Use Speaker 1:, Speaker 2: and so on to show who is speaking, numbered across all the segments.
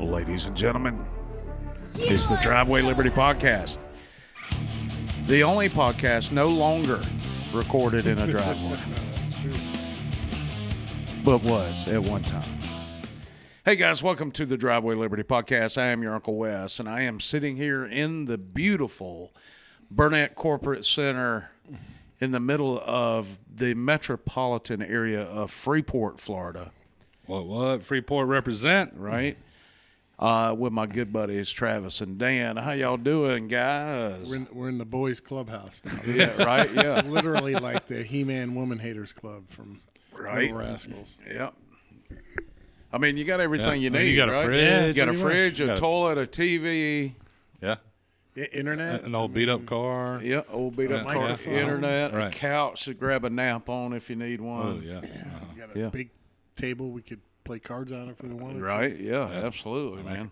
Speaker 1: ladies and gentlemen. It's the Driveway Liberty Podcast. The only podcast no longer recorded in a driveway,
Speaker 2: That's true.
Speaker 1: but was at one time. Hey guys, welcome to the Driveway Liberty Podcast. I am your Uncle Wes, and I am sitting here in the beautiful Burnett Corporate Center in the middle of the metropolitan area of Freeport, Florida.
Speaker 2: What what? Freeport represent.
Speaker 1: right? Uh, with my good buddies Travis and Dan. How y'all doing, guys?
Speaker 3: We're in, we're in the boys' clubhouse now.
Speaker 1: Yeah, right. Yeah,
Speaker 3: Literally like the He-Man Woman Haters Club from
Speaker 1: Right.
Speaker 3: Little Rascals.
Speaker 1: yeah. I mean, you got everything
Speaker 2: Yeah.
Speaker 1: you need.
Speaker 2: You got a
Speaker 1: right?
Speaker 2: fridge,
Speaker 1: You got a
Speaker 2: pretty much.
Speaker 1: fridge,
Speaker 2: You
Speaker 1: a
Speaker 2: got a-
Speaker 1: toilet, a TV.
Speaker 2: Yeah.
Speaker 3: Yeah,
Speaker 1: Uh,
Speaker 3: internet.
Speaker 2: An old beat up car.
Speaker 1: Yeah, old beat up
Speaker 2: Yeah,
Speaker 1: car,
Speaker 2: microphone.
Speaker 1: internet, a
Speaker 2: Right.
Speaker 1: couch to grab a nap on if you need
Speaker 2: Oh
Speaker 1: one.
Speaker 2: yeah.
Speaker 3: We got a
Speaker 1: yeah.
Speaker 3: big table we could play cards on if we wanted. to.
Speaker 1: Right? Yeah, absolutely, man.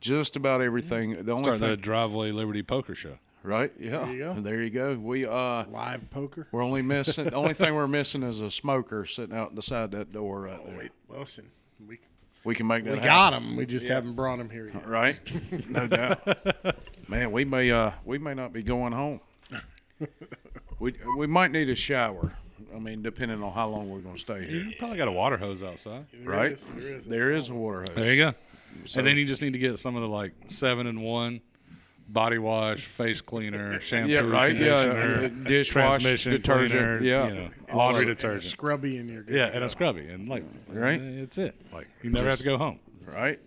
Speaker 1: Just about everything. The only
Speaker 2: Start the
Speaker 1: thing,
Speaker 2: driveway Liberty Poker Show.
Speaker 1: right? Yeah.
Speaker 3: There you go.
Speaker 1: There you go. We uh,
Speaker 3: Live poker.
Speaker 1: we're only missing. the only thing we're missing is a smoker sitting out beside that door right there.
Speaker 3: Wait, listen. We,
Speaker 1: We can make that
Speaker 3: we
Speaker 1: happen.
Speaker 3: got them. We just haven't brought them here yet.
Speaker 1: right? No doubt. Man, we may uh we may not be going home. We we might need a shower. I mean, depending on how long we're going to stay here.
Speaker 2: You probably got a water hose outside.
Speaker 3: There
Speaker 1: Right.
Speaker 3: is- there is.
Speaker 1: There is a water hose.
Speaker 2: There you go. and then you just need to get some of the like seven in one body wash, face cleaner, shampoo,
Speaker 1: Yeah, right.
Speaker 2: conditioner,
Speaker 1: Yeah, dishwash,
Speaker 2: transmission
Speaker 1: detergent.
Speaker 2: cleaner,
Speaker 1: yeah,
Speaker 2: you know,
Speaker 1: All
Speaker 2: laundry
Speaker 1: that.
Speaker 3: There's
Speaker 2: detergent.
Speaker 3: Scrubby in your
Speaker 2: Yeah, and a scrubby, and like,
Speaker 1: Right.
Speaker 2: It's it. Like you never have to go home.
Speaker 1: right?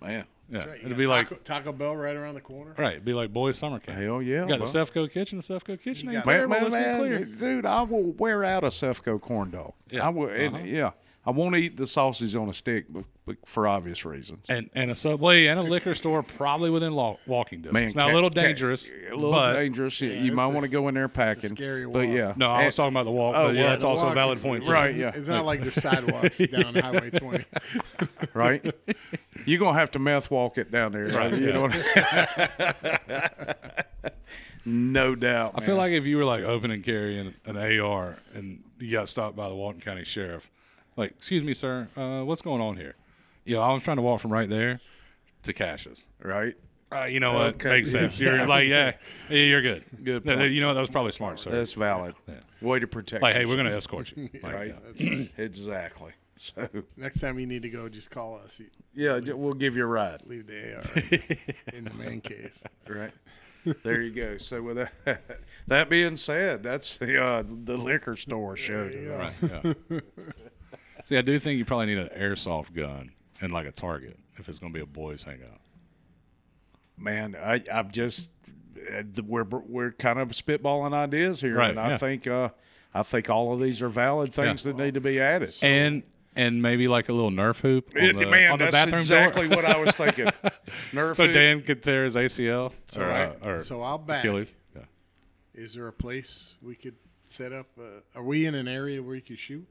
Speaker 1: Man,
Speaker 2: Yeah,
Speaker 3: Right, you
Speaker 2: it'll
Speaker 3: got
Speaker 2: be like
Speaker 3: Taco, Taco Bell right around the corner.
Speaker 2: right, it'd be like boys summer camp.
Speaker 1: hell yeah!
Speaker 2: You got
Speaker 1: bro.
Speaker 2: the Sefco kitchen. The Sefco kitchen ain't
Speaker 3: got-
Speaker 1: man,
Speaker 2: terrible.
Speaker 1: man,
Speaker 2: Let's be
Speaker 1: man,
Speaker 2: clear.
Speaker 1: dude, I will wear out a Sefco corn dog.
Speaker 2: Yeah.
Speaker 1: I will. and-
Speaker 2: Uh-huh.
Speaker 1: yeah, I won't eat the sausage on a stick, but, but for obvious reasons.
Speaker 2: And and a subway and a liquor store probably within lo- walking distance.
Speaker 1: Man,
Speaker 2: now
Speaker 1: ca-
Speaker 2: a little
Speaker 1: ca-
Speaker 2: dangerous,
Speaker 1: a little
Speaker 2: but
Speaker 1: dangerous. You- you might
Speaker 3: it's a-
Speaker 1: want to go in there packing.
Speaker 3: scary
Speaker 1: But
Speaker 3: walk.
Speaker 1: yeah,
Speaker 2: no, I was
Speaker 1: And-
Speaker 2: talking about the walk.
Speaker 1: Oh,
Speaker 2: but yeah,
Speaker 1: well,
Speaker 2: that's
Speaker 3: the
Speaker 2: also a
Speaker 3: walk
Speaker 2: valid
Speaker 3: is-
Speaker 2: point. too.
Speaker 1: Right, yeah.
Speaker 3: It's not like there's sidewalks down Highway 20.
Speaker 1: right? You're gonna have to meth walk it down there.
Speaker 2: Right,
Speaker 1: You
Speaker 2: yeah.
Speaker 1: know what I- no doubt.
Speaker 2: I feel like if you were like open and carrying an AR and you got stopped by the Walton County Sheriff, like, excuse me, sir, uh, what's going on here? Yo, I was trying to walk from right there to Cash's.
Speaker 1: right.
Speaker 2: Uh, you know what?
Speaker 1: Okay.
Speaker 2: Makes sense. You're like, yeah, yeah, you're good.
Speaker 1: Good
Speaker 2: No,
Speaker 1: point.
Speaker 2: you know what? That was probably smart, sir.
Speaker 1: That's valid. Way to protect.
Speaker 2: like, hey,
Speaker 1: yourself,
Speaker 2: we're gonna escort you. Like,
Speaker 1: right.
Speaker 2: uh,
Speaker 1: exactly. So
Speaker 3: Next time you need to go, just call us. You
Speaker 1: yeah, j- we'll give you a ride.
Speaker 3: leave the AR in the man cave.
Speaker 1: Right. There you go. So with that, that being said, that's the uh, the liquor store show. tonight.
Speaker 2: Right. Yeah. See, I do think you probably need an airsoft gun and like a target if it's gonna be a boys' hangout.
Speaker 1: Man, I I've just uh, the- we're we're kind of spitballing ideas here,
Speaker 2: Right,
Speaker 1: and I
Speaker 2: yeah.
Speaker 1: think uh, I think all of these are valid things that need to be added.
Speaker 2: And and maybe like a little Nerf hoop on
Speaker 1: It-
Speaker 2: the,
Speaker 1: man,
Speaker 2: on the
Speaker 1: that's
Speaker 2: bathroom
Speaker 1: exactly
Speaker 2: door.
Speaker 1: what I was thinking. Nerf
Speaker 2: so
Speaker 1: it.
Speaker 2: Dan could tear his ACL or, uh,
Speaker 3: Right.
Speaker 2: or
Speaker 3: so I'll back.
Speaker 2: Achilles. Yeah.
Speaker 3: Is there a place we could set up? Uh, are we in an area where you could shoot?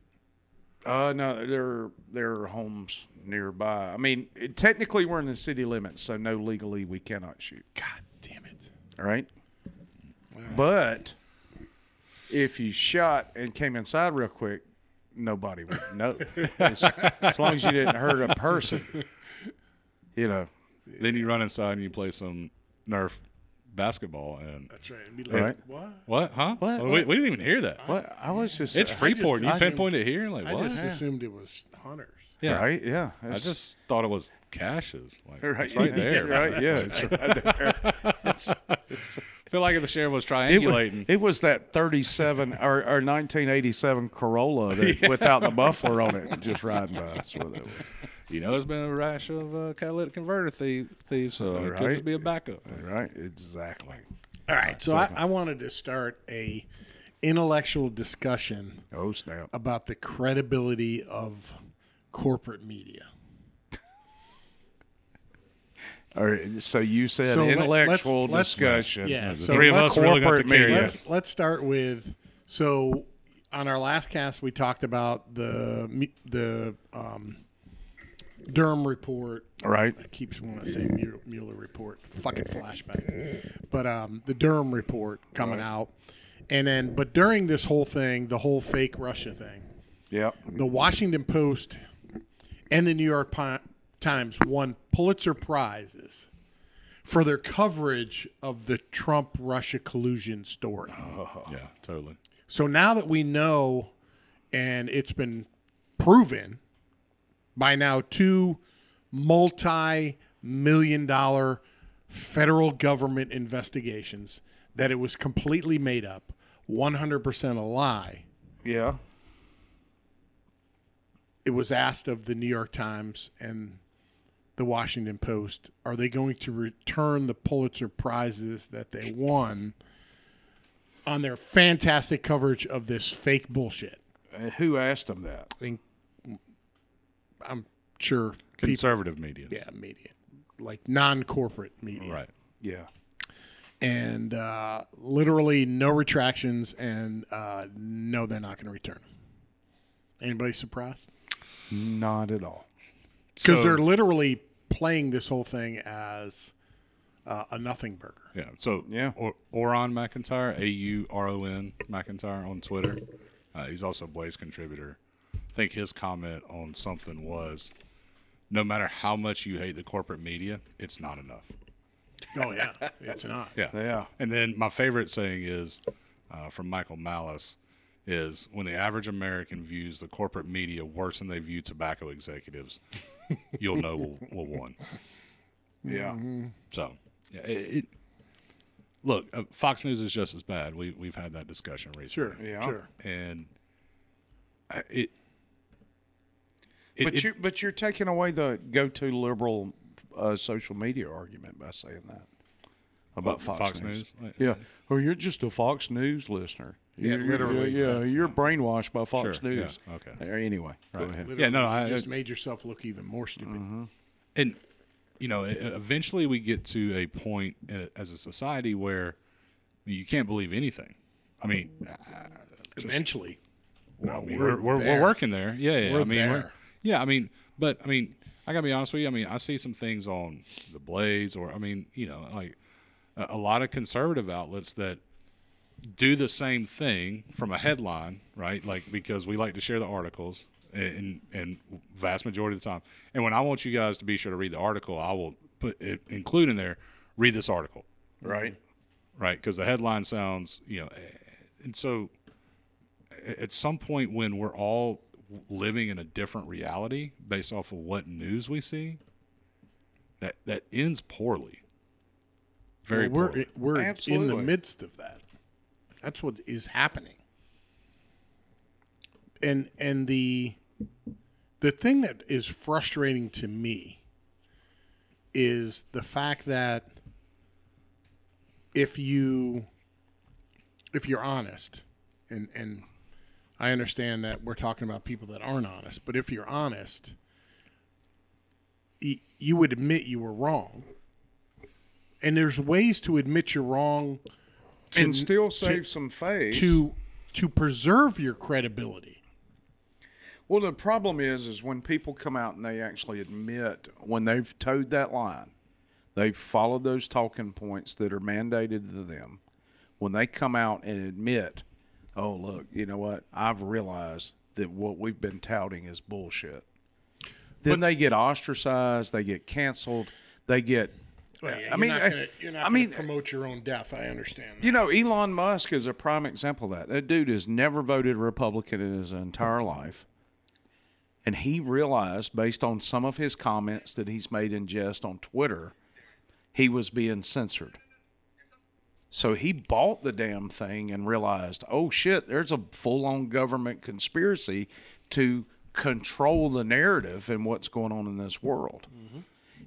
Speaker 1: Uh, no, there there are homes nearby. I mean, it- technically we're in the city limits, so no legally we cannot shoot.
Speaker 3: God damn it!
Speaker 1: All right, but if you shot and came inside real quick, nobody would know. as, as long as you didn't hurt a person, you know.
Speaker 2: Then you run inside and you play some Nerf basketball and
Speaker 3: That's right. Be
Speaker 1: All
Speaker 3: like,
Speaker 1: right.
Speaker 3: what?
Speaker 2: what? Huh?
Speaker 1: What?
Speaker 2: We, we didn't even hear that.
Speaker 1: What I was just
Speaker 2: It's Freeport.
Speaker 3: I just-
Speaker 2: you pinpoint it here. Like
Speaker 3: I
Speaker 2: what?
Speaker 3: just assumed it was hunters.
Speaker 2: yeah.
Speaker 1: right. Yeah,
Speaker 2: I
Speaker 1: it's-
Speaker 2: just thought it was Cash's. Like
Speaker 1: right,
Speaker 2: it's right
Speaker 1: yeah,
Speaker 2: there.
Speaker 1: Right. Yeah. It's right there.
Speaker 2: I feel like if the sheriff was
Speaker 1: It wa-
Speaker 2: triangulating.
Speaker 1: It was that 37 or, or 1987 Corolla that, without the muffler on it, just riding by. That's what it was.
Speaker 2: You know, there's been a rash of uh, catalytic converter thie- thieves, so it could
Speaker 1: Right.
Speaker 2: just be a backup.
Speaker 1: Right? Exactly.
Speaker 3: All right. So I, I wanted to start a intellectual discussion
Speaker 1: Oh, snap.
Speaker 3: about the credibility of corporate media.
Speaker 1: All right. So you said
Speaker 3: So let-
Speaker 1: intellectual
Speaker 3: let's- let's-
Speaker 1: discussion.
Speaker 3: yeah,
Speaker 2: The
Speaker 3: so
Speaker 2: three of us
Speaker 3: let's-
Speaker 2: really got to
Speaker 1: corporate
Speaker 2: carry
Speaker 1: media.
Speaker 2: this.
Speaker 3: Let's let's start with so on our last cast we talked about the mu- the um, Durham report.
Speaker 1: Right.
Speaker 3: I keeps want to say Mu- Mueller report. Fucking flashbacks. But um, the Durham report coming out, and then but during this whole thing, the whole fake Russia thing,
Speaker 1: Yep.
Speaker 3: the Washington Post and the New York Pi- times won Pulitzer Prizes for their coverage of the Trump Russia collusion story.
Speaker 2: Yeah, totally.
Speaker 3: So now that we know, and it's been proven by now two multi million dollar federal government investigations that it was completely made up, 100% a lie.
Speaker 1: Yeah.
Speaker 3: It was asked of the New York Times and the Washington Post are they going to return the Pulitzer Prizes that they won on their fantastic coverage of this fake bullshit?
Speaker 1: And who asked him that?
Speaker 3: think I'm sure people,
Speaker 2: Conservative media.
Speaker 3: yeah, media, like non-corporate media,
Speaker 2: Right.
Speaker 1: Yeah.
Speaker 3: and uh, literally no retractions, and uh, no, they're not going to return them. Anybody surprised?
Speaker 1: Not at all.
Speaker 3: Because
Speaker 2: So-
Speaker 3: they're literally playing this whole thing as uh, a nothing burger.
Speaker 2: Yeah. So
Speaker 1: Yeah.
Speaker 2: Or, Oron McIntyre, A U R O N McIntyre on Twitter. Uh, he's also a Blaze contributor. I think his comment on something was, "No matter how much you hate the corporate media, it's not enough."
Speaker 3: Oh yeah, it's not.
Speaker 2: Yeah.
Speaker 1: Yeah.
Speaker 2: And then my favorite saying is uh, from Michael Malice is when the average American views the corporate media worse than they view tobacco executives, you'll know we'll, we'll won.
Speaker 1: Yeah.
Speaker 2: So, yeah, it, it, look, uh, Fox News is just as bad. We, we've had that discussion recently.
Speaker 3: Sure,
Speaker 1: Yeah.
Speaker 3: sure.
Speaker 2: And I- it, it,
Speaker 1: But
Speaker 2: it-
Speaker 1: you but you're taking away the go to liberal uh, social media argument by saying that about Fox, News.
Speaker 2: Like,
Speaker 1: Yeah. Or you're just a Fox News listener. Yeah,
Speaker 3: literally.
Speaker 1: Yeah, you're brainwashed by Fox
Speaker 2: Sure, yeah,
Speaker 1: News.
Speaker 2: okay.
Speaker 1: Uh, Anyway, go ahead.
Speaker 3: Literally,
Speaker 2: Yeah, no, I, Mm-hmm.
Speaker 3: you just made yourself look even more stupid.
Speaker 2: and you know e- eventually we get to a point a- as a society where you can't believe anything i mean
Speaker 3: Eventually,
Speaker 2: I mean, we're, we're, we're
Speaker 3: there.
Speaker 2: working there yeah, yeah. i
Speaker 3: We're
Speaker 2: mean
Speaker 3: there.
Speaker 2: yeah i mean but i mean i gotta be honest with you i mean i see some things on the blades or i mean you know like a, a lot of conservative outlets that do the same thing from a headline, right? Like because we like to share the articles and and vast majority of the time. And when I want you guys to be sure to read the article, I will put it, include in there read this article,
Speaker 1: Right.
Speaker 2: right? Because the headline sounds, you know, eh, and so a- at some point when we're all living in a different reality based off of what news we see, that that ends poorly. Very
Speaker 3: Well, we're
Speaker 2: poorly.
Speaker 3: we're in
Speaker 1: Absolutely.
Speaker 3: the midst of that. That's what is happening. And and the the thing that is frustrating to me is the fact that if you if you're honest and and I understand that we're talking about people that aren't honest, but if you're honest, y- you would admit you were wrong and there's ways to admit you're wrong to,
Speaker 1: and still save some face.
Speaker 3: to to preserve your credibility
Speaker 1: Well, the problem is, is when people come out and they actually admit when they've towed that line, they've followed those talking points that are mandated to them. When they come out and admit, oh look, you know what? I've realized that what we've been touting is bullshit. Then they get ostracized. They get canceled. They get. I mean, I- I mean,
Speaker 3: promote your own death. I understand.
Speaker 1: you know, Elon Musk is a prime example of that. That dude has never voted Republican in his entire life. And he realized, based on some of his comments that he's made in jest on Twitter, he was being censored. So he bought the damn thing and realized, oh shit, there's a full on government conspiracy to control the narrative and what's going on in this world.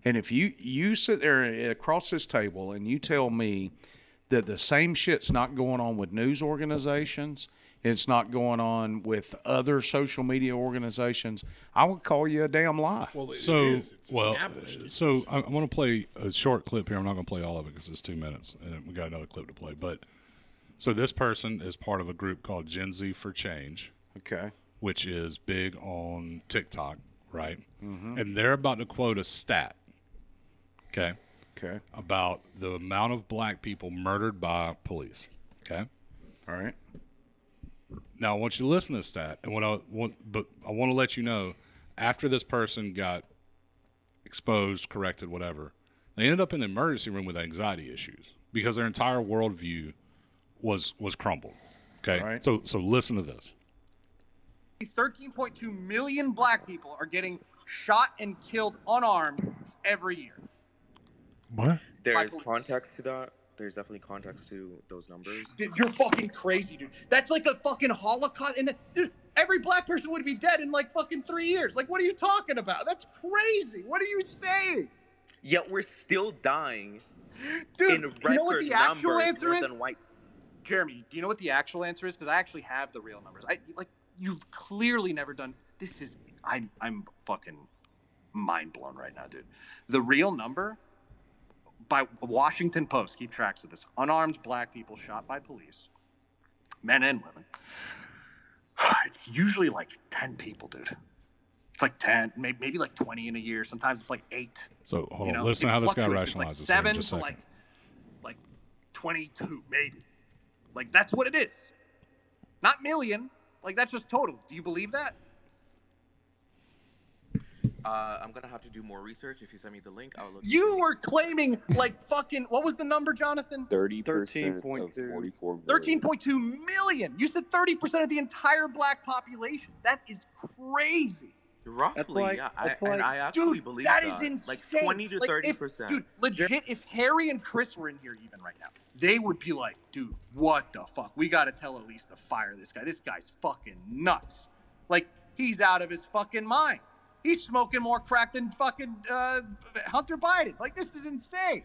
Speaker 1: And if you you sit there across this table and you tell me that the same shit's not going on with news organizations, it's not going on with other social media organizations, I would call you a damn lie.
Speaker 3: Well, uh, it
Speaker 2: so
Speaker 3: is. It's
Speaker 2: well
Speaker 3: established.
Speaker 2: so i, I want to play a short clip here i'm not going to play all of it because it's two minutes and we got another clip to play but so this person is part of a group called gen z for change
Speaker 1: okay.
Speaker 2: which is big on tiktok right
Speaker 4: Mm-hmm.
Speaker 2: and they're about to quote a stat okay
Speaker 1: Okay.
Speaker 2: about the amount of black people murdered by police okay
Speaker 1: All right.
Speaker 2: now I want you to listen to this stat, and what I want, but I want to let you know, after this person got exposed, corrected, whatever. They ended up in the emergency room with anxiety issues because their entire worldview was was crumbled. Okay,
Speaker 1: Right.
Speaker 2: so so listen to this.
Speaker 4: 13.2 million black people are getting shot and killed unarmed every year.
Speaker 3: What?
Speaker 4: By
Speaker 5: There is
Speaker 4: police.
Speaker 5: context to that. There's definitely context to those numbers.
Speaker 4: Dude, you're fucking crazy, dude. That's like a fucking Holocaust. And then, dude, every black person would be dead in like fucking three years. Like, what are you talking about? That's crazy. What are you saying?
Speaker 5: Yet we're still dying
Speaker 4: Dude,
Speaker 5: in record
Speaker 4: you know what the actual
Speaker 5: numbers
Speaker 4: answer
Speaker 5: more
Speaker 4: is?
Speaker 5: than white.
Speaker 4: Jeremy, do you know what the actual answer is? Because I actually have the real numbers. I like you've clearly never done. This is I'm I'm fucking mind blown right now, dude. The real number by Washington Post keep tracks of this unarmed black people shot by police, men and women. It's usually like ten people, dude. It's like ten, maybe maybe like twenty in a year. Sometimes it's like eight.
Speaker 2: So hold
Speaker 4: you
Speaker 2: on,
Speaker 4: know,
Speaker 2: listen
Speaker 4: It
Speaker 2: to how this guy
Speaker 4: fluctuates. It's
Speaker 2: rationalizes. here
Speaker 4: Like
Speaker 2: in
Speaker 4: seven
Speaker 2: just a
Speaker 4: to
Speaker 2: second.
Speaker 4: like, like twenty-two, maybe. Like that's what it is. Not million. Like that's just total. Do you believe that?
Speaker 5: Uh, I'm gonna have to do more research. If you send me the link, I'll look.
Speaker 4: You were claiming like fucking. What was the number, Jonathan?
Speaker 6: Thirty percent
Speaker 5: 13.2.
Speaker 6: of forty-four million.
Speaker 4: Thirteen point two million. You said thirty percent of the entire black population. That is crazy.
Speaker 5: Roughly,
Speaker 7: like-
Speaker 5: yeah. I,
Speaker 7: that's
Speaker 5: and
Speaker 7: like-
Speaker 5: I actually
Speaker 4: Dude,
Speaker 5: believe
Speaker 4: that
Speaker 5: that
Speaker 4: is
Speaker 5: Like
Speaker 4: insane.
Speaker 5: 20 to
Speaker 4: Like, if-
Speaker 5: 30 percent.
Speaker 4: Dude, legit, if Harry and Chris were in here even right now, they would be like, dude, what the fuck? We gotta tell Elise to fire this guy. This guy's fucking nuts. Like, he's out of his fucking mind. He's smoking more crack than fucking uh, Hunter Biden. Like, this is insane.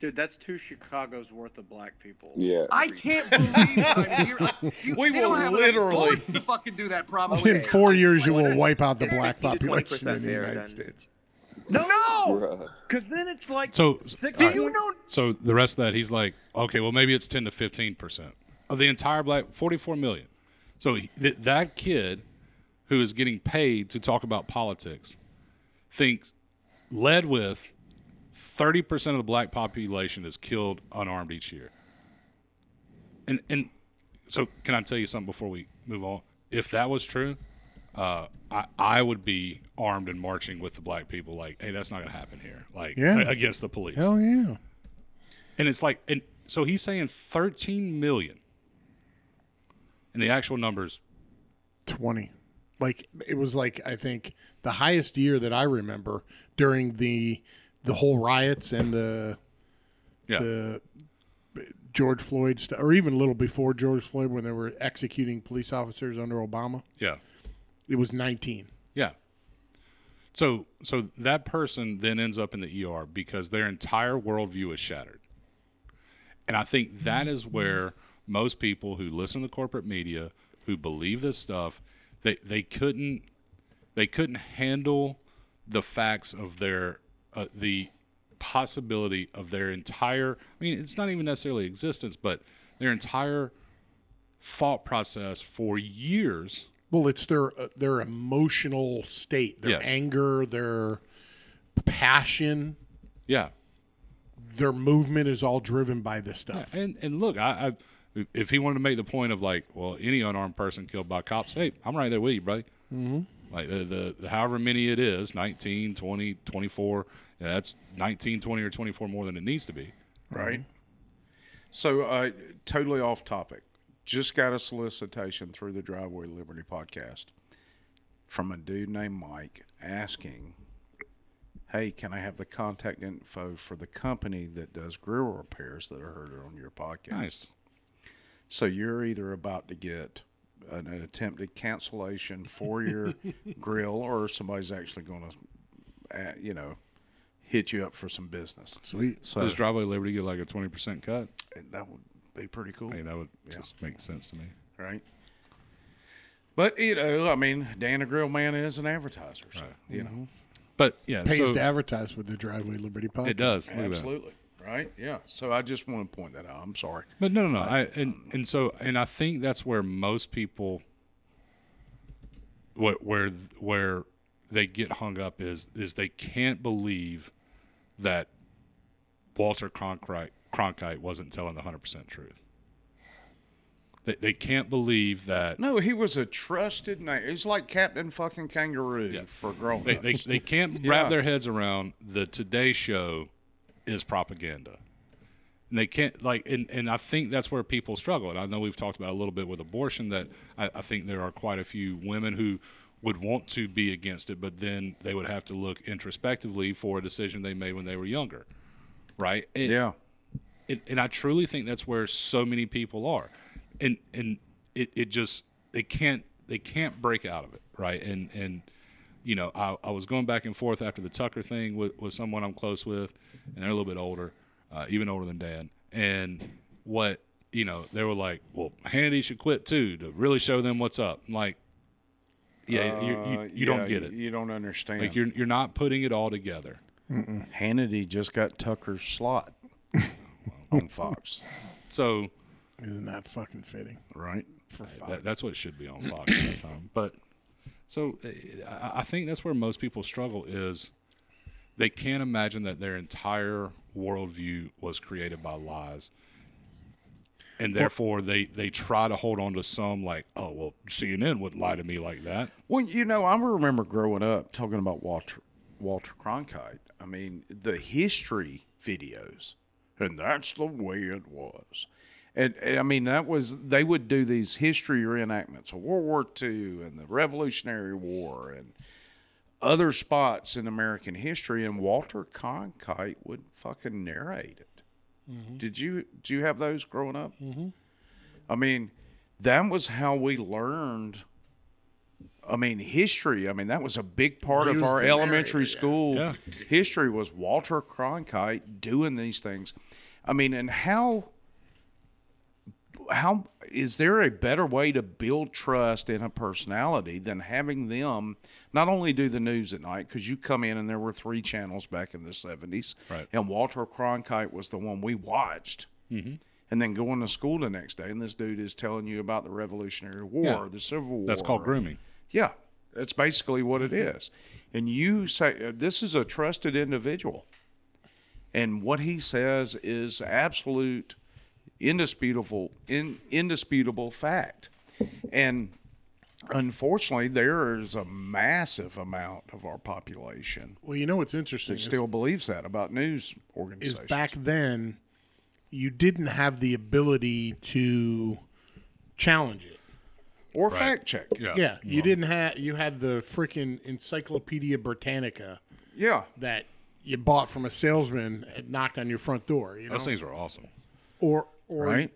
Speaker 7: Dude, that's two Chicago's worth of black people.
Speaker 6: Yeah.
Speaker 4: I can't believe what I'm hearing. Like, you-
Speaker 1: We
Speaker 4: they
Speaker 1: will
Speaker 4: don't have enough
Speaker 1: literally-
Speaker 4: bullets to fucking do that, probably.
Speaker 3: In four years, you will
Speaker 5: Oh, Like,
Speaker 3: wipe out the
Speaker 5: it's
Speaker 3: black
Speaker 5: 15 to 20%
Speaker 3: population in the
Speaker 5: there,
Speaker 3: United
Speaker 5: then.
Speaker 3: States.
Speaker 4: no, no.
Speaker 6: Bruh.
Speaker 7: Because then it's like
Speaker 2: So
Speaker 7: six.
Speaker 4: Do you know?
Speaker 2: So the rest of that, he's like, okay, well maybe it's ten to fifteen percent of the entire black, forty-four million. So he- th- that kid who is getting paid to talk about politics thinks, led with, thirty percent of the black population is killed unarmed each year. And and so can I tell you something before we move on? If that was true, uh, I I would be armed and marching with the black people. Like, hey, that's not gonna happen here. Like,
Speaker 3: Yeah.
Speaker 2: a- against the police.
Speaker 3: Hell yeah.
Speaker 2: And it's like, and so he's saying 13 million. And the actual numbers,
Speaker 3: 20. Like it was like I think the highest year that I remember during the the whole riots and the
Speaker 2: yeah,
Speaker 3: the George Floyd stuff or even a little before George Floyd when they were executing police officers under Obama.
Speaker 2: yeah,
Speaker 3: It was 19.
Speaker 2: yeah. So, so that person then ends up in the ER because their entire worldview is shattered. And I think that is where most people who listen to corporate media, who believe this stuff, they they couldn't they couldn't handle the facts of their uh, the possibility of their entire I mean it's not even necessarily existence, but their entire thought process for years.
Speaker 3: Well, it's their uh, their emotional state, their
Speaker 2: Yes.
Speaker 3: anger, their passion,
Speaker 2: Yeah.
Speaker 3: their movement is all driven by this stuff.
Speaker 2: Yeah, and and look, I, I if he wanted to make the point of like, well, any unarmed person killed by cops, hey, I'm right there with you, buddy. Mm-hmm. Like the, the the however many it is, 19, 20, 24, yeah, that's 19, 20, or 24 more than it needs to be.
Speaker 1: right? So, uh, totally off topic. Just got a solicitation through the Driveway Liberty podcast from a dude named Mike asking, "Hey, can I have the contact info for the company that does grill repairs that I heard on your podcast?"
Speaker 2: Nice.
Speaker 1: So you're either about to get an, an attempted cancellation for your grill, or somebody's actually going to, uh, you know, hit you up for some business.
Speaker 3: Sweet.
Speaker 1: So
Speaker 2: Does driveway liberty get like a 20% cut?
Speaker 1: that would be pretty cool.
Speaker 2: I mean, that would just make sense to me.
Speaker 1: right? But you know, I mean, Dan the Grill Man is an advertiser, so, you
Speaker 2: Mm-hmm.
Speaker 1: know,
Speaker 2: But yeah,
Speaker 3: Pays
Speaker 2: so
Speaker 3: to advertise with the Driveway Liberty podcast.
Speaker 2: it does. Look at that.
Speaker 1: absolutely, right? Yeah. So I just want to point that out. I'm sorry.
Speaker 2: But no, no, no. I and and so and I think that's where most people, where where where they get hung up is is they can't believe that Walter Cronkite Cronkite wasn't telling the hundred percent truth. They, they can't believe that
Speaker 1: No, he was a trusted name. He's like Captain fucking Kangaroo for grown
Speaker 2: they, they, they can't
Speaker 1: Yeah.
Speaker 2: wrap their heads around the Today Show is propaganda. And they can't like and, and I think that's where people struggle. And I know we've talked about it a little bit with abortion that I, I think there are quite a few women who would want to be against it, but then they would have to look introspectively for a decision they made when they were younger. Right? And-
Speaker 1: Yeah.
Speaker 2: and, and I truly think that's where so many people are, and and it, it just they can't they can't break out of it, right? And and you know I, I was going back and forth after the Tucker thing with, with someone I'm close with, and they're a little bit older, uh, even older than Dan, and what you know they were like, well Hannity should quit too to really show them what's up, I'm like yeah you, you,
Speaker 1: Uh,
Speaker 2: you don't
Speaker 1: yeah,
Speaker 2: get it.
Speaker 1: You don't understand.
Speaker 2: like you're you're not putting it all together.
Speaker 1: Hannity just got Tucker's slot on Fox,
Speaker 2: So
Speaker 3: Isn't that fucking fitting?
Speaker 1: right?
Speaker 3: For fuck.
Speaker 2: That, that's what should be on Fox at that time. But so uh, I, I think that's where most people struggle is they can't imagine that their entire worldview was created by lies. And therefore, they, they try to hold on to some like, oh well, CNN wouldn't lie to me like that.
Speaker 1: Well, you know, I remember growing up talking about Walter Walter Cronkite. I mean, the history videos, and that's the way it was. And, and I mean, that was they would do these history reenactments of World War II and the Revolutionary War and other spots in American history, and Walter Cronkite would fucking narrate it.
Speaker 3: Mm-hmm.
Speaker 1: Did you do you have those growing up? Mm-hmm. I mean, that was how we learned. I mean, history. I mean, that was a big part of
Speaker 3: Use
Speaker 1: our
Speaker 3: the
Speaker 1: elementary
Speaker 3: narrator, yeah.
Speaker 1: school
Speaker 2: Yeah.
Speaker 1: history was Walter Cronkite doing these things. I mean, and how how is there a better way to build trust in a personality than having them not only do the news at night because you come in and there were three channels back in the 70s
Speaker 2: Right.
Speaker 1: and walter cronkite was the one we watched
Speaker 2: Mm-hmm.
Speaker 1: and then going to school the next day and this dude is telling you about the revolutionary war
Speaker 2: Yeah.
Speaker 1: the civil war
Speaker 2: That's called grooming.
Speaker 1: yeah that's basically what it is and you say uh, this is a trusted individual and what he says is absolute indisputable in, indisputable fact and unfortunately there is a massive amount of our population
Speaker 3: well, you know what's
Speaker 1: that
Speaker 3: interesting is,
Speaker 1: still believes that about news
Speaker 3: is
Speaker 1: organizations
Speaker 3: back then you didn't have the ability to challenge it.
Speaker 1: or fact check
Speaker 2: Yeah,
Speaker 3: Yeah, you didn't have you had the freaking Encyclopedia Britannica
Speaker 1: yeah
Speaker 3: that you bought from a salesman and knocked on your front door, you know.
Speaker 2: those things were awesome.
Speaker 3: or or
Speaker 1: Right.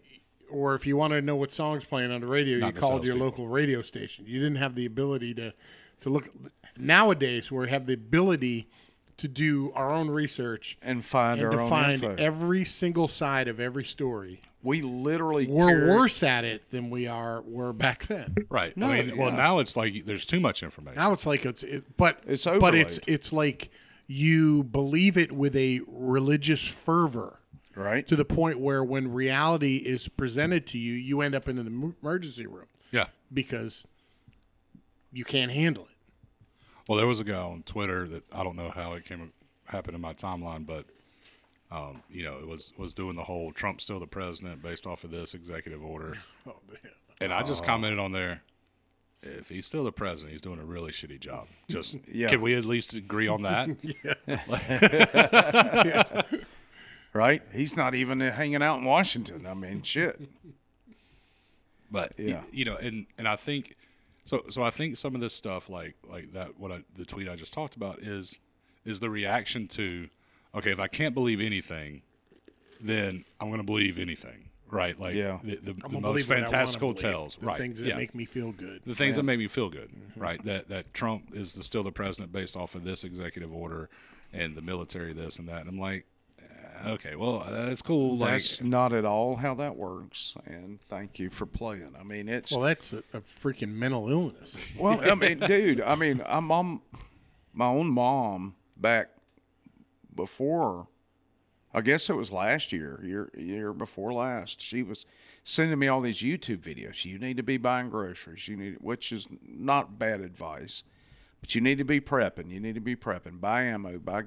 Speaker 3: or if you want to know what song's playing on the radio,
Speaker 2: Not
Speaker 3: you
Speaker 2: the
Speaker 3: called your
Speaker 2: salespeople.
Speaker 3: local radio station. You didn't have the ability to to look nowadays we have the ability to do our own research
Speaker 1: and find
Speaker 3: and
Speaker 1: our
Speaker 3: to
Speaker 1: own
Speaker 3: find
Speaker 1: info.
Speaker 3: every single side of every story.
Speaker 1: we literally
Speaker 3: We're
Speaker 1: carry-
Speaker 3: worse at it than we are were back then.
Speaker 2: Right.
Speaker 1: No,
Speaker 2: I mean, well,
Speaker 1: yeah.
Speaker 2: now it's like there's too much information.
Speaker 3: Now it's like it's it, but
Speaker 1: It's
Speaker 3: but it's
Speaker 1: overlaid.
Speaker 3: it's like you believe it with a religious fervor
Speaker 1: right
Speaker 3: to the point where when reality is presented to you, you end up in an em- emergency room
Speaker 2: Yeah.
Speaker 3: because you can't handle it.
Speaker 2: Well, there was a guy on Twitter that I don't know how it came happened in my timeline, but um, you know, it was was doing the whole Trump's still the president based off of this executive order,
Speaker 3: Oh man.
Speaker 2: and I just commented on there. If he's still the president, he's doing a really shitty job. Just
Speaker 1: Yeah.
Speaker 2: can we at least agree on that?
Speaker 1: right he's not even hanging out in washington i mean shit
Speaker 2: But y-
Speaker 1: Yeah.
Speaker 2: you know, and and I think so. So I think some of this stuff, like like that, what I, the tweet I just talked about is is the reaction to, okay, if I can't believe anything, then I'm going to believe anything, right? Like
Speaker 1: Yeah.
Speaker 2: the, the,
Speaker 3: I'm
Speaker 2: the
Speaker 3: gonna
Speaker 2: most
Speaker 3: believe what I wanna
Speaker 2: fantastical
Speaker 3: believe,
Speaker 2: tales,
Speaker 3: the
Speaker 2: right?
Speaker 3: Things that
Speaker 2: yeah.
Speaker 3: make Mm-hmm. me feel good.
Speaker 2: the things that make me feel good, right? That that Trump is the, still the president based off of this executive order and the military, this and that. And I'm like, uh, okay, well, uh, that's cool. Like,
Speaker 1: That's not at all how that works. And thank you for playing. I mean, it's
Speaker 3: Well, that's a, a freaking mental illness.
Speaker 1: well, I mean, dude. I mean, I'm mom, my own mom back before. I guess it was last year, year year before last. She was sending me all these YouTube videos. You need to be buying groceries. You need, which is not bad advice, but you need to be prepping. You need to be prepping. Buy ammo. Buy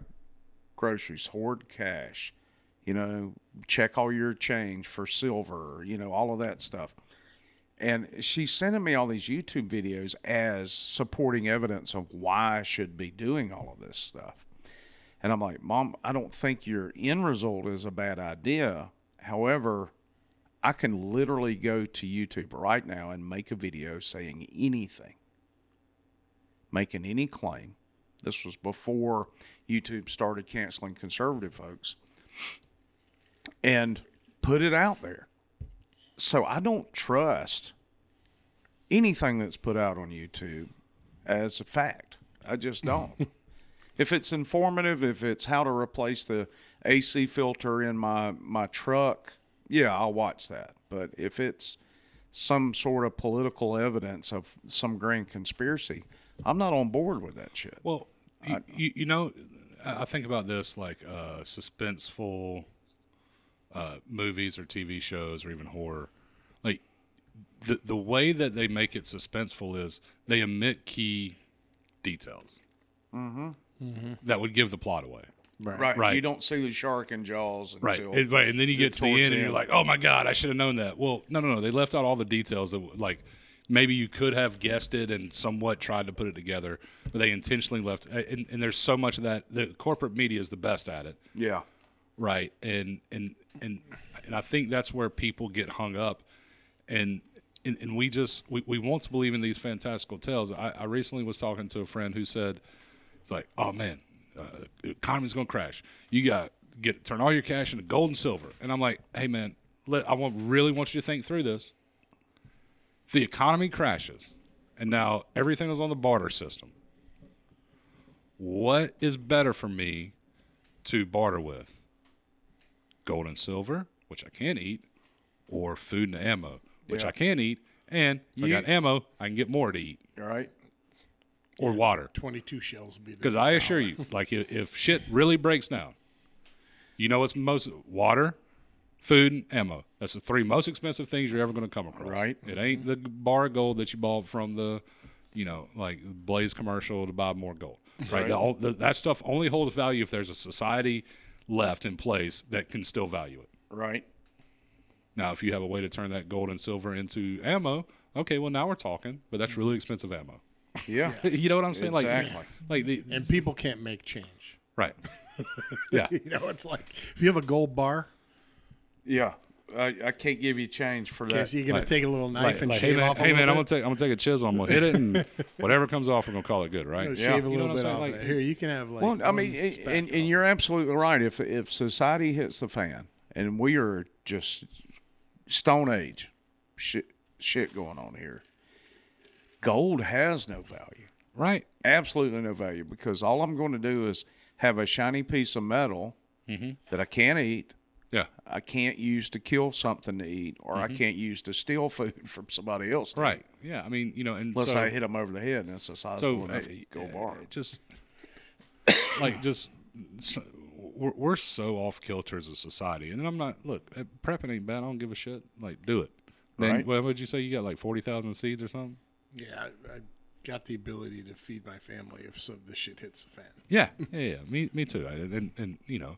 Speaker 1: groceries. Hoard cash. You know, check all your change for silver. You know, all of that stuff. and she's sending me all these YouTube videos as supporting evidence of why I should be doing all of this stuff. And I'm like, Mom, I don't think your end result is a bad idea. However, I can literally go to YouTube right now and make a video saying anything, making any claim. This was before YouTube started canceling conservative folks and put it out there. So I don't trust anything that's put out on YouTube as a fact. I just don't. if it's informative, if it's how to replace the AC filter in my my truck, yeah, I'll watch that. But if it's some sort of political evidence of some grand conspiracy, I'm not on board with that shit.
Speaker 2: Well, you, you, you know, I I think about this like uh, suspenseful uh, movies or TV shows or even horror. Like the the way that they make it suspenseful is they omit key details that would give the plot away.
Speaker 1: Right.
Speaker 2: Right.
Speaker 1: You don't see the shark in Jaws
Speaker 2: Right.
Speaker 1: until
Speaker 2: And, right. And then you get to the
Speaker 1: towards
Speaker 2: end
Speaker 1: the
Speaker 2: and you're
Speaker 1: end.
Speaker 2: like, oh my God, I should have known that. Well, no, no, no. They left out all the details that, w- like, maybe you could have guessed it and somewhat tried to put it together, but they intentionally left. a- And, and there's so much of that. The corporate media is the best at it.
Speaker 1: yeah.
Speaker 2: Right. And, and, and, and I think that's where people get hung up. And, and, and we just, we, we want to believe in these fantastical tales. I, I recently was talking to a friend who said, it's like, oh man, uh, the economy's gonna crash. You got get turn all your cash into gold and silver. And I'm like, hey man, let, I want really want you to think through this. If the economy crashes, and now everything is on the barter system. What is better for me to barter with? Gold and silver, which I can't eat, or food and ammo, which
Speaker 1: Yeah.
Speaker 2: I can eat. And if
Speaker 1: You-
Speaker 2: I got ammo, I can get more to eat
Speaker 1: All right.
Speaker 2: or water.
Speaker 3: 22 shells would be
Speaker 2: Because
Speaker 3: there.
Speaker 2: I assure you, like if, if shit really breaks down, you know what's most water, food, and ammo. That's the three most expensive things you're ever going to come across.
Speaker 1: Right.
Speaker 2: It ain't the bar of gold that you bought from the, you know, like Blaze commercial to buy more gold. Right. The, all, the, that stuff only holds value if there's a society left in place that can still value it.
Speaker 1: Right.
Speaker 2: Now, if you have a way to turn that gold and silver into ammo, okay, well now we're talking. But that's really expensive ammo.
Speaker 1: Yeah.
Speaker 2: you know what I'm saying? Like,
Speaker 1: Exactly.
Speaker 2: like the
Speaker 3: and people can't make change.
Speaker 2: right. yeah.
Speaker 3: You know, it's like if you have a gold bar,
Speaker 1: Yeah. I, I can't give you change for that.
Speaker 3: is you going to take a little knife and
Speaker 2: hey
Speaker 3: shave
Speaker 2: man,
Speaker 3: off a
Speaker 2: hey
Speaker 3: little
Speaker 2: man, I'm gonna
Speaker 3: bit?
Speaker 2: take I'm gonna take a chisel. I'm gonna hit it, and whatever comes off, we're gonna call it good, right?
Speaker 1: Yeah.
Speaker 3: shave a
Speaker 1: You
Speaker 2: know
Speaker 3: little
Speaker 2: what I'm
Speaker 3: bit
Speaker 2: saying?
Speaker 3: off.
Speaker 2: Like-
Speaker 3: it. Here, you can have like.
Speaker 1: Well, I
Speaker 3: one
Speaker 1: mean, and,
Speaker 3: speck
Speaker 1: and, and
Speaker 3: off.
Speaker 1: you're absolutely right. If if society hits the fan and we are just stone age shit, shit going on here, gold has no value.
Speaker 2: Right.
Speaker 1: Absolutely no value because all I'm going to do is have a shiny piece of metal
Speaker 2: Mm-hmm.
Speaker 1: that I can't eat.
Speaker 2: Yeah.
Speaker 1: I can't use to kill something to eat, or I can't use to steal food from somebody else. to
Speaker 2: Mm-hmm. Right.
Speaker 1: eat,
Speaker 2: Yeah. I mean, you know, and
Speaker 1: Unless
Speaker 2: so,
Speaker 1: I hit them over the head and it's a sizable
Speaker 2: so
Speaker 1: enough
Speaker 2: uh,
Speaker 1: to go
Speaker 2: uh,
Speaker 1: bar.
Speaker 2: Just like just so, we're, we're so off kilter as a society, and I'm not. Look, uh, prepping ain't bad. I don't give a shit. Like, do it. Then
Speaker 1: Right.
Speaker 2: what would you say? You got like forty thousand seeds or something?
Speaker 3: Yeah, I, I got the ability to feed my family if some the shit hits the fan.
Speaker 2: Yeah. Yeah. yeah. me me too. I, and and you know.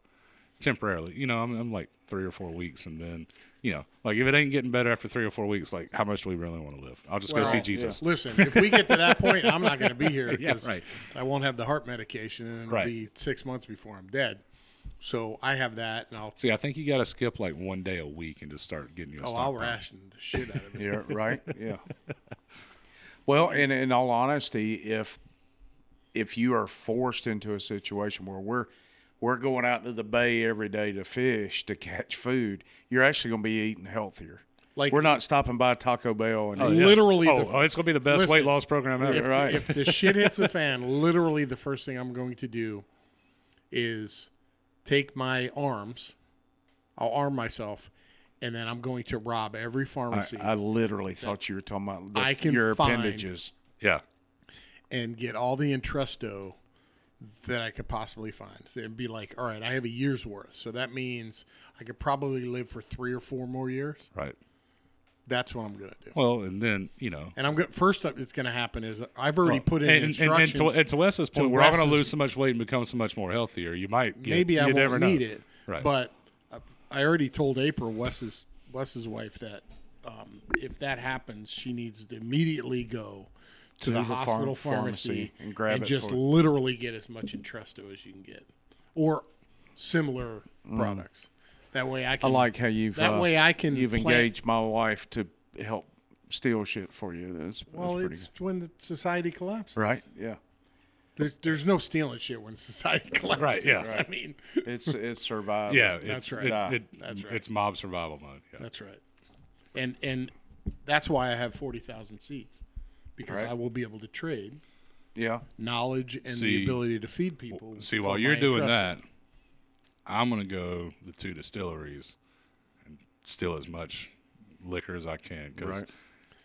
Speaker 2: Temporarily, you know, I'm, I'm like three or four weeks, and then, you know, like if it ain't getting better after three or four weeks, like how much do we really want to live? I'll just go
Speaker 3: Well,
Speaker 2: see Jesus.
Speaker 3: Listen, if we get to that point, I'm not going to be here
Speaker 2: Yeah,
Speaker 3: because
Speaker 2: right.
Speaker 3: I won't have the heart medication, and it'll
Speaker 2: Right.
Speaker 3: be six months before I'm dead. So I have that, and I'll
Speaker 2: See, I think you got to skip like one day a week and just start getting you. a
Speaker 3: oh, I'll
Speaker 2: stockpile.
Speaker 3: ration the shit out of it.
Speaker 1: Yeah, right. Yeah. Well, and in all honesty, if if you are forced into a situation where we're we're going out to the bay every day to fish to catch food, you're actually going to be eating healthier.
Speaker 3: Like-
Speaker 1: we're not stopping by Taco Bell and
Speaker 2: Yeah.
Speaker 3: Literally,
Speaker 2: Oh,
Speaker 3: the,
Speaker 2: oh, it's gonna be the best
Speaker 3: Listen,
Speaker 2: weight loss program ever.
Speaker 3: if,
Speaker 1: right.
Speaker 3: if the shit hits the fan, literally the first thing I'm going to do is take my arms. I'll arm myself, and then I'm going to rob every pharmacy
Speaker 1: I, I literally thought you were talking about the,
Speaker 3: I can
Speaker 1: your
Speaker 3: find-
Speaker 1: appendages.
Speaker 2: Yeah,
Speaker 3: and get all the Entresto that I could possibly find. So it'd be like, all right, I have a year's worth. So that means I could probably live for three or four more years.
Speaker 2: right.
Speaker 3: That's what I'm going to do.
Speaker 2: Well, and then you know,
Speaker 3: And I'm going first up. It's going to happen is I've already
Speaker 2: well,
Speaker 3: put in
Speaker 2: and, and, and,
Speaker 3: instructions.
Speaker 2: to, and to Wes's point, we're all gonna
Speaker 3: Wes's-
Speaker 2: lose so much weight and become so much more healthier. You might get,
Speaker 3: Maybe I
Speaker 2: you
Speaker 3: won't
Speaker 2: never know.
Speaker 3: need it.
Speaker 2: Right.
Speaker 3: But I've, I already told April Wes's Wes's wife that um, if that happens, she needs to immediately go to,
Speaker 1: To
Speaker 3: the,
Speaker 1: the phar-
Speaker 3: hospital
Speaker 1: pharmacy
Speaker 3: pharmacy,
Speaker 1: and grab it
Speaker 3: just
Speaker 1: for-
Speaker 3: literally get as much Entresto as you can get, or similar products. That way, I
Speaker 1: Mm. I
Speaker 3: can
Speaker 1: like how you've
Speaker 3: That
Speaker 1: uh,
Speaker 3: way I can
Speaker 1: you've
Speaker 3: plant-
Speaker 1: engaged my wife to help steal shit for you. That's, that's
Speaker 3: Well,
Speaker 1: pretty
Speaker 3: it's when the society collapses,
Speaker 1: good. right. Yeah,
Speaker 3: There, there's no stealing shit when society collapses.
Speaker 2: Right, yeah.
Speaker 3: I mean,
Speaker 1: it's it's survival.
Speaker 2: Yeah, it's,
Speaker 3: That's right.
Speaker 2: it-
Speaker 1: Nah,
Speaker 2: it-
Speaker 3: that's right.
Speaker 2: It's mob survival mode. Yeah.
Speaker 3: That's right. And and that's why I have forty thousand seats because
Speaker 1: Right.
Speaker 3: I will be able to trade
Speaker 1: yeah.
Speaker 3: knowledge and the
Speaker 2: See-
Speaker 3: ability to feed people.
Speaker 2: See,
Speaker 3: for
Speaker 2: while you're
Speaker 3: my
Speaker 2: doing
Speaker 3: trust.
Speaker 2: that, I'm gonna go the two distilleries and steal as much liquor as I can. 'cause
Speaker 1: Right.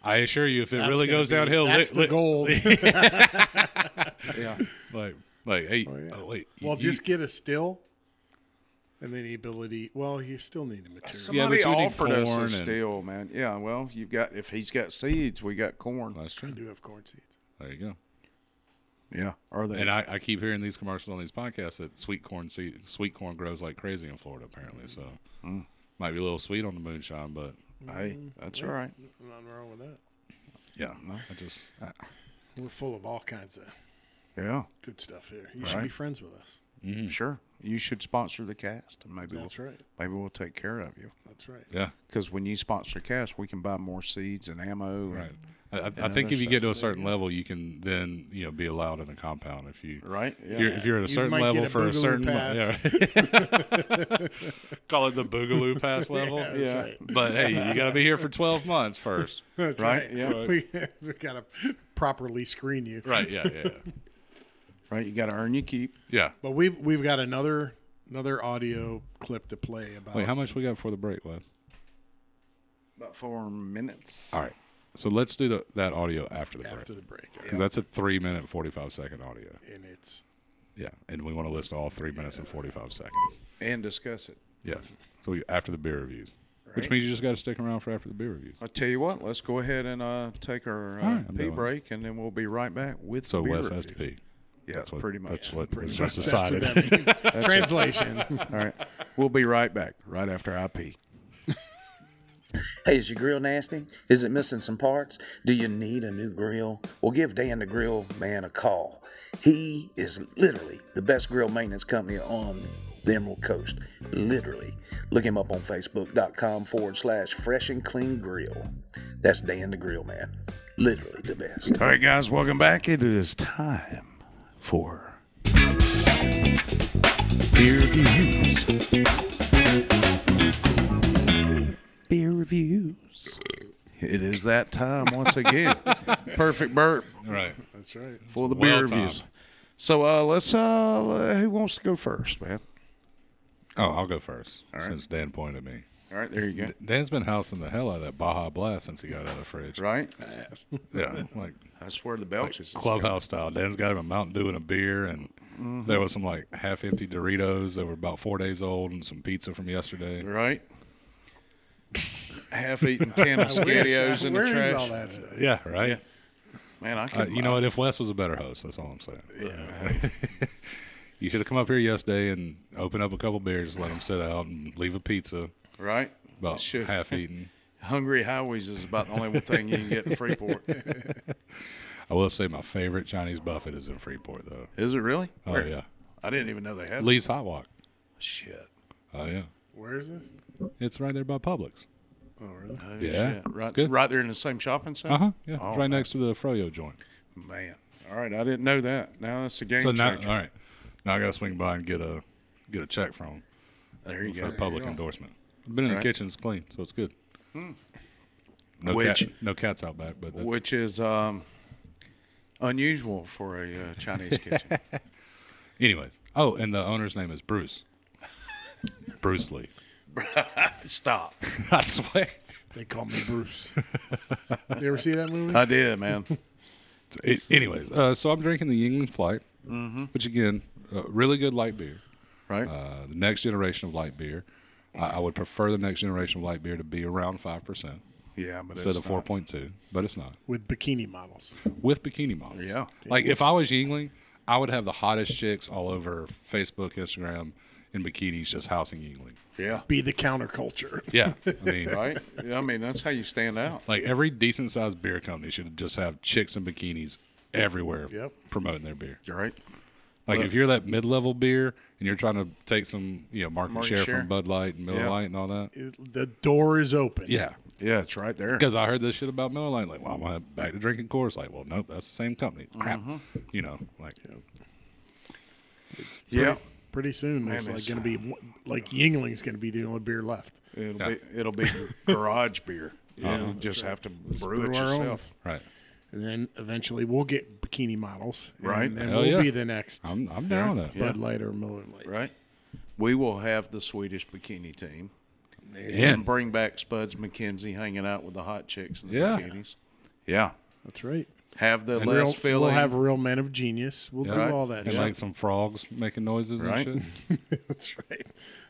Speaker 2: I assure you, if it
Speaker 3: That's
Speaker 2: really
Speaker 3: gonna
Speaker 2: goes
Speaker 3: be-
Speaker 2: downhill,
Speaker 3: That's
Speaker 2: li-
Speaker 3: the
Speaker 2: li-
Speaker 3: goal.
Speaker 1: Yeah.
Speaker 2: Like, like, hey, oh,
Speaker 1: yeah.
Speaker 2: wait. you-
Speaker 3: well,
Speaker 2: you-
Speaker 3: just get a still, and then the ability. Well, you still need the material.
Speaker 2: Yeah,
Speaker 1: Somebody
Speaker 2: but you need
Speaker 1: offered us a
Speaker 2: corn and-
Speaker 1: steal, man. Yeah. Well, you've got if he's got seeds, we got corn.
Speaker 2: That's
Speaker 3: I
Speaker 2: true.
Speaker 3: do have corn seeds.
Speaker 2: There you go.
Speaker 1: Yeah. Are they?
Speaker 2: And I, I keep hearing these commercials on these podcasts that sweet corn seed, sweet corn grows like crazy in Florida, apparently. So
Speaker 3: Mm.
Speaker 2: might be a little sweet on the moonshine, but
Speaker 1: hey, that's all right.
Speaker 3: Nothing wrong with that.
Speaker 2: yeah, I just I,
Speaker 3: We're full of all kinds of
Speaker 1: Yeah.
Speaker 3: good stuff here. You should
Speaker 1: Right.
Speaker 3: be friends with us.
Speaker 2: Mm.
Speaker 1: Sure. You should sponsor the cast, and maybe
Speaker 3: That's
Speaker 1: we'll,
Speaker 3: right.
Speaker 1: maybe we'll take care of you.
Speaker 3: That's right.
Speaker 2: yeah,
Speaker 1: Because when you sponsor the cast, we can buy more seeds and ammo. and-
Speaker 2: right. I, I, I think if you get to a certain level, you can then you know be allowed in a compound if you
Speaker 1: Right.
Speaker 2: If you're, if you're at a certain
Speaker 3: might
Speaker 2: level
Speaker 3: get a
Speaker 2: for a
Speaker 3: boogaloo
Speaker 2: certain mo-
Speaker 3: pass.
Speaker 2: yeah. call it the boogaloo pass level.
Speaker 3: That's
Speaker 1: Yeah.
Speaker 3: right.
Speaker 2: But hey, you got to be here for 12 months first.
Speaker 3: That's
Speaker 1: Right,
Speaker 3: right.
Speaker 1: yeah.
Speaker 3: We, we gotta properly screen you.
Speaker 2: Right, yeah, yeah. yeah.
Speaker 1: Right. You got to earn your keep.
Speaker 2: Yeah.
Speaker 3: But we've we've got another another audio clip to play about.
Speaker 2: Wait, how much we got for the break, Wes?
Speaker 1: About four minutes.
Speaker 2: All right. So let's do the, that audio after the
Speaker 3: after
Speaker 2: break.
Speaker 3: the break,
Speaker 2: Because that's a three minute, 45 second audio.
Speaker 3: and it's
Speaker 2: Yeah. And we want to list all three minutes and 45 seconds.
Speaker 1: And discuss it.
Speaker 2: Yes. So we, after the beer reviews, which means you just got to stick around for after the beer reviews.
Speaker 1: I tell you what, let's go ahead and uh, take our
Speaker 2: All
Speaker 1: uh,
Speaker 2: right, I'm
Speaker 1: pee
Speaker 2: down.
Speaker 1: break, and then we'll be right back with
Speaker 2: So
Speaker 1: beer
Speaker 2: Wes has to
Speaker 1: review.
Speaker 2: pee.
Speaker 1: Yeah,
Speaker 2: That's what,
Speaker 1: pretty much.
Speaker 2: That's what was
Speaker 3: That's
Speaker 2: just
Speaker 3: what
Speaker 2: decided.
Speaker 3: that means. translation.
Speaker 1: All right, we'll be right back right after I pee.
Speaker 6: Hey, is your grill nasty? Is it missing some parts? Do you need a new grill? Well, give Dan the Grill Man a call. He is literally the best grill maintenance company on the Emerald Coast. Literally. Look him up on facebook.com forward slash fresh and clean grill. That's Dan the Grill Man. Literally the best.
Speaker 1: All right, guys, welcome back. It is time for beer reviews. Beer reviews. It is that time once again. Perfect burp
Speaker 2: Right.
Speaker 3: That's right.
Speaker 1: for the beer
Speaker 2: Well
Speaker 1: reviews.
Speaker 2: timed.
Speaker 1: So uh, let's. Uh, who wants to go first, man?
Speaker 2: Oh, I'll go first since Dan pointed me.
Speaker 1: All right, there you go.
Speaker 2: Dan's been housing the hell out of that Baja Blast since he got out of the fridge.
Speaker 1: Right?
Speaker 2: Yeah, like
Speaker 1: That's where the belches.
Speaker 2: clubhouse style. Dan's got him a Mountain Dew and a beer, and
Speaker 1: Mm-hmm.
Speaker 2: there was some like half-empty Doritos that were about four days old, and some pizza from yesterday.
Speaker 1: Right? Half eaten can of Skadios in
Speaker 3: Where
Speaker 1: the
Speaker 3: is
Speaker 1: trash.
Speaker 3: all that stuff?
Speaker 2: Yeah, right.
Speaker 1: Man, I
Speaker 2: Uh,
Speaker 1: could.
Speaker 2: you know what? If Wes was a better host, that's all I'm saying. you should have come up here yesterday and opened up a couple beers, let them sit out, and leave a pizza
Speaker 1: Right?
Speaker 2: about
Speaker 1: Should-
Speaker 2: half-eaten.
Speaker 1: Hungry Highways is about the only thing you can get in Freeport.
Speaker 2: I will say my favorite Chinese buffet is in Freeport, though.
Speaker 1: Is it really?
Speaker 2: Oh
Speaker 1: Where?
Speaker 2: yeah,
Speaker 1: I didn't even know they had
Speaker 2: Lee's Hot Walk.
Speaker 1: Shit.
Speaker 2: Oh yeah,
Speaker 3: Where is this?
Speaker 2: it's right there by Publix.
Speaker 3: Oh, really?
Speaker 1: Oh,
Speaker 2: Yeah,
Speaker 1: shit.
Speaker 2: it's
Speaker 1: Right,
Speaker 2: good.
Speaker 1: right there in the same shopping center?
Speaker 2: Uh huh. Yeah, it's
Speaker 1: Oh,
Speaker 2: right next to the Froyo joint.
Speaker 1: Man. All right. I didn't know that. Now that's a game
Speaker 2: So now,
Speaker 1: changer.
Speaker 2: all right, now I gotta swing by and get a get a check from
Speaker 1: There you
Speaker 2: for
Speaker 1: go.
Speaker 2: a public endorsement. I've been in
Speaker 1: Right. Hmm.
Speaker 2: the kitchen; it's clean, so it's good. No
Speaker 1: Which-
Speaker 2: cat, no cats out back, but that,
Speaker 1: Which is um, unusual for a uh, Chinese kitchen.
Speaker 2: anyways. Oh, and the owner's name is Bruce. Bruce Lee.
Speaker 1: Stop.
Speaker 2: I swear,
Speaker 3: They call me Bruce. you ever see that
Speaker 2: Uh,
Speaker 3: movie?
Speaker 1: I did, man.
Speaker 2: So, it- anyways, uh, so I'm drinking the Yingling Flight,
Speaker 1: Mm-hmm.
Speaker 2: which again, uh, really good light beer.
Speaker 1: Right?
Speaker 2: Uh, the next generation of light beer. I, I would prefer the next generation of light beer to be around five percent
Speaker 1: yeah, but
Speaker 2: instead
Speaker 1: it's
Speaker 2: of
Speaker 1: not-
Speaker 2: four point two, but it's not
Speaker 3: With bikini models.
Speaker 2: with bikini models.
Speaker 1: Yeah.
Speaker 2: Like if I was Yingling, I would have the hottest chicks all over Facebook, Instagram, in bikinis just housing Yingling.
Speaker 1: Yeah.
Speaker 3: Be the counterculture.
Speaker 2: Yeah, I mean,
Speaker 1: Right? Yeah, I mean, that's how you stand out.
Speaker 2: like every decent sized beer company should just have chicks in bikinis everywhere
Speaker 3: Yep.
Speaker 2: promoting their beer.
Speaker 1: You're right.
Speaker 2: Like if you're that mid level beer and you're trying to take some you know market,
Speaker 1: Market
Speaker 2: share,
Speaker 1: share.
Speaker 2: from Bud Light and Miller
Speaker 1: Yeah.
Speaker 2: Light and all that,
Speaker 3: It- the door is open.
Speaker 2: yeah.
Speaker 1: Yeah, it's right there.
Speaker 2: Because I heard this shit about Miller Lite, like, well, I'm back to drinking Coors Light. Well, nope, that's the same company. Crap, you know, like,
Speaker 1: Yeah.
Speaker 3: Pretty soon, there's
Speaker 1: Man,
Speaker 3: like
Speaker 1: it's-
Speaker 3: going to be one- like Yingling's going to be the only beer left.
Speaker 1: It'll
Speaker 2: Yeah.
Speaker 1: be it'll be garage beer. You'll just have to brew it
Speaker 3: brew our own.
Speaker 1: yourself.
Speaker 2: right?
Speaker 3: And then eventually we'll get bikini models.
Speaker 1: Right.
Speaker 3: And then
Speaker 2: Hell
Speaker 3: we'll
Speaker 2: yeah.
Speaker 3: be the next
Speaker 2: I'm I'm down with that.
Speaker 3: Bud Light or Miller Light.
Speaker 1: Right? We will have the Swedish bikini team. And
Speaker 2: And
Speaker 1: bring back Spuds McKenzie hanging out with the hot chicks in the
Speaker 2: Yeah.
Speaker 1: bikinis. Yeah.
Speaker 3: That's right.
Speaker 1: Have the
Speaker 3: Real-
Speaker 1: less filling.
Speaker 3: We'll have real men of genius. We'll do
Speaker 2: Right.
Speaker 3: all that.
Speaker 2: and
Speaker 3: shit.
Speaker 2: like some frogs making noises
Speaker 1: Right.
Speaker 2: and shit.
Speaker 3: That's right.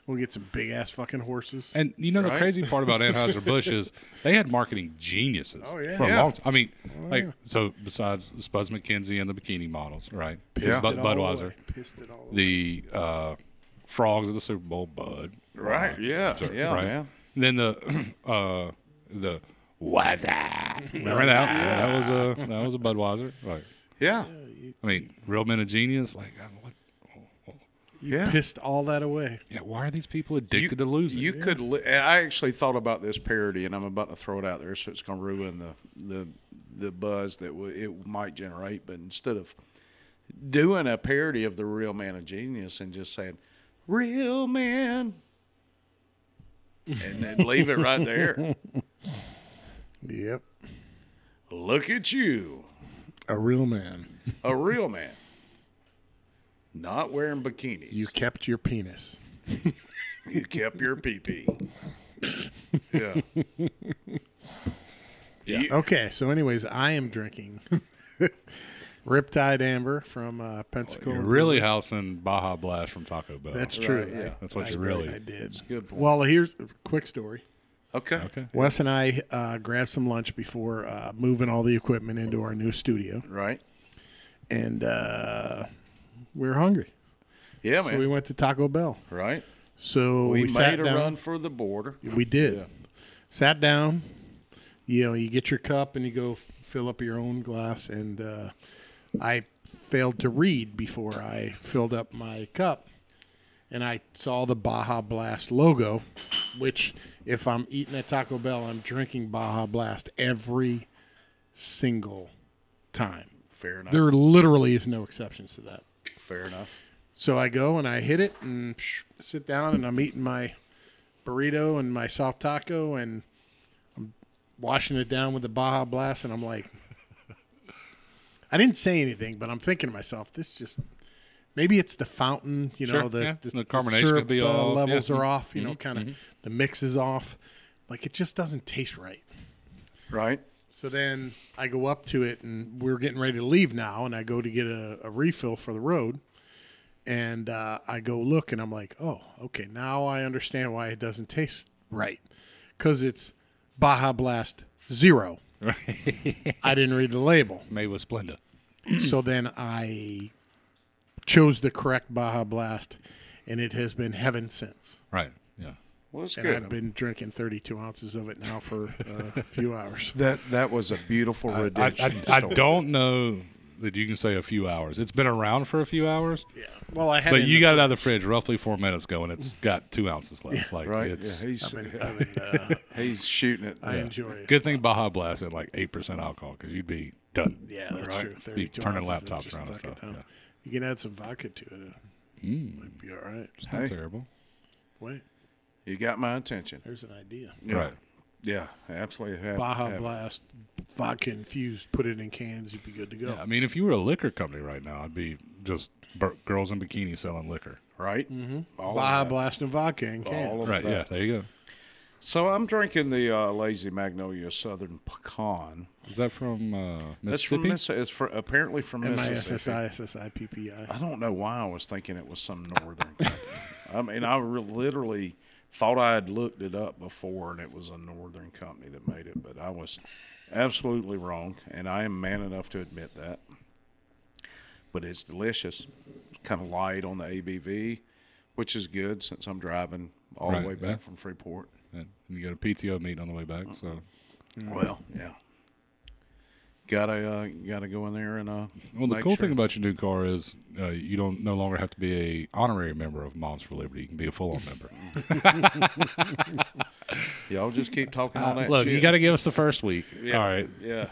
Speaker 3: We'll get some big ass fucking horses.
Speaker 2: And you know the
Speaker 1: Right.
Speaker 2: crazy part about Anheuser Busch is they had marketing geniuses. Oh
Speaker 3: yeah.
Speaker 2: for a
Speaker 1: Yeah.
Speaker 2: long time. I mean, like so besides Spuds McKenzie and the bikini models, right?
Speaker 1: Pissed
Speaker 2: Bud-
Speaker 3: It all
Speaker 2: Budweiser,
Speaker 3: away. Pissed it all. away.
Speaker 2: the uh, frogs of the Super Bowl, Bud.
Speaker 1: Right. Yeah. yeah,
Speaker 2: right.
Speaker 1: man.
Speaker 2: And then the uh, the weather. Remember that? That was a that was a Budweiser. Right.
Speaker 1: Yeah.
Speaker 2: I mean, real men of genius. Like, uh, what?
Speaker 1: Yeah.
Speaker 3: Pissed all that away.
Speaker 2: Yeah, why are these people addicted to losing?
Speaker 1: You could. Li- I actually thought about this parody, and I'm about to throw it out there, so it's going to ruin the the the buzz that w- it might generate. But instead of doing a parody of the Real Man of Genius and just saying "Real Man," and then leave it right there.
Speaker 3: Yep.
Speaker 1: Look at you,
Speaker 3: A real man.
Speaker 1: a real man, not wearing bikinis.
Speaker 3: You kept your penis.
Speaker 1: you kept your pee pee. Yeah.
Speaker 2: Oh,
Speaker 3: Okay, so anyways, I am drinking Riptide Amber from uh, Pensacola.
Speaker 2: You're really housing Baja Blast from Taco Bell.
Speaker 3: That's true.
Speaker 1: Right, yeah.
Speaker 2: That's what
Speaker 3: I,
Speaker 2: you really.
Speaker 3: I did.
Speaker 1: good point.
Speaker 3: Well, here's a quick story.
Speaker 1: Okay.
Speaker 2: okay.
Speaker 3: Wes and I uh, grabbed some lunch before uh, moving all the equipment into our new studio,
Speaker 1: Right.
Speaker 3: and uh, we were hungry.
Speaker 1: Oh, Yeah,
Speaker 3: So
Speaker 1: man.
Speaker 3: we went to Taco Bell.
Speaker 1: right.
Speaker 3: So we,
Speaker 1: we,
Speaker 3: sat
Speaker 1: made a
Speaker 3: down.
Speaker 1: run for the border.
Speaker 3: We did. Sat down. You know, you get your cup and you go f- fill up your own glass. And uh, I failed to read before I filled up my cup. And I saw the Baja Blast logo, which, if I'm eating at Taco Bell, I'm drinking Baja Blast every single time.
Speaker 1: Fair enough.
Speaker 3: There literally is no exceptions to that.
Speaker 1: Fair enough.
Speaker 3: So I go and I hit it and psh, sit down and I'm eating my burrito and my soft taco and I'm washing it down with the Baja Blast and I'm like, I didn't say anything, but I'm thinking to myself, this just maybe it's the fountain, you know,
Speaker 2: Sure,
Speaker 3: the,
Speaker 2: yeah.
Speaker 3: the,
Speaker 2: The carbonation could
Speaker 3: syrup
Speaker 2: be
Speaker 3: uh,
Speaker 2: off,
Speaker 3: levels
Speaker 2: yeah. Mm-hmm.
Speaker 3: are off, you know, kind of the mix is off. Like it just doesn't taste right.
Speaker 1: Right.
Speaker 3: So then I go up to it, and we're getting ready to leave now, and I go to get a, a refill for the road, and uh, I go look, and I'm like, oh, okay, now I understand why it doesn't taste right, because it's Baja Blast Zero. I didn't read the label,
Speaker 2: Made with Splenda.
Speaker 3: so then I chose the correct Baja Blast, and it has been heaven since.
Speaker 2: Right. Yeah.
Speaker 1: Well, it's
Speaker 3: And
Speaker 1: good.
Speaker 3: I've been drinking 32 ounces of it now for uh, a few hours.
Speaker 1: that that was a beautiful
Speaker 2: I,
Speaker 1: redemption.
Speaker 2: I, I don't know that you can say a few hours. It's been around for a few hours,
Speaker 3: Yeah. Well, I had it
Speaker 2: but
Speaker 3: in
Speaker 2: you
Speaker 3: the
Speaker 2: got it out of the fridge roughly four minutes ago, and it's got two ounces left. Like
Speaker 1: right.
Speaker 2: it's
Speaker 1: Yeah, he's
Speaker 3: fridge, I mean, uh,
Speaker 1: he's shooting it.
Speaker 3: I enjoy it.
Speaker 2: good thing Baja Blast had like eight percent alcohol because you'd be done.
Speaker 3: Yeah, that's
Speaker 2: right?
Speaker 3: true.
Speaker 2: Be
Speaker 3: 32
Speaker 2: turning
Speaker 3: ounces and
Speaker 2: laptops
Speaker 3: just
Speaker 2: around and
Speaker 3: stuck it
Speaker 2: stuff.
Speaker 3: down.
Speaker 2: Yeah.
Speaker 3: You can add some vodka to it. Might be all right.
Speaker 2: It's not terrible.
Speaker 3: Wait,
Speaker 1: You got my attention.
Speaker 3: there's an idea.
Speaker 1: Yeah.
Speaker 2: Right.
Speaker 1: Yeah. Absolutely. Have,
Speaker 3: Baja
Speaker 1: have it.
Speaker 3: Blast, vodka infused. Put it in cans. You'd be good to go.
Speaker 2: I mean, if you were a liquor company right now, I'd be just bur- girls in bikinis selling liquor.
Speaker 1: Right. Mm-hmm.
Speaker 3: Baja Blast and vodka in cans.
Speaker 2: Right. Yeah. There you go.
Speaker 1: So I'm drinking the uh, Lazy Magnolia Southern Pecan.
Speaker 2: Is that from uh,
Speaker 1: That's from
Speaker 2: Mississippi?
Speaker 1: Miss. It's for, apparently from
Speaker 3: M I
Speaker 1: Mississippi.
Speaker 3: S S I S S I P P I.
Speaker 1: I don't know why I was thinking it was some northern. country. I mean, I re- literally thought I had looked it up before, and it was a northern company that made it, but I was absolutely wrong, and I am man enough to admit that. but it's delicious. It's kind of light on the ABV, which is good since I'm driving all
Speaker 2: Right,
Speaker 1: the way
Speaker 2: yeah.
Speaker 1: back from Freeport.
Speaker 2: And you got a PTO meeting on the way back, so Mm.
Speaker 1: Well, yeah. Gotta uh, gotta go in there and uh.
Speaker 2: Well, the
Speaker 1: make
Speaker 2: cool
Speaker 1: sure.
Speaker 2: thing about your new car is uh, you don't no longer have to be a honorary member of Moms for Liberty. You can be a full on member.
Speaker 1: y'all just keep talking all that
Speaker 2: Uh, Look,
Speaker 1: shit.
Speaker 2: you got to give us the first week.
Speaker 1: Yeah.
Speaker 2: All right.
Speaker 1: yeah.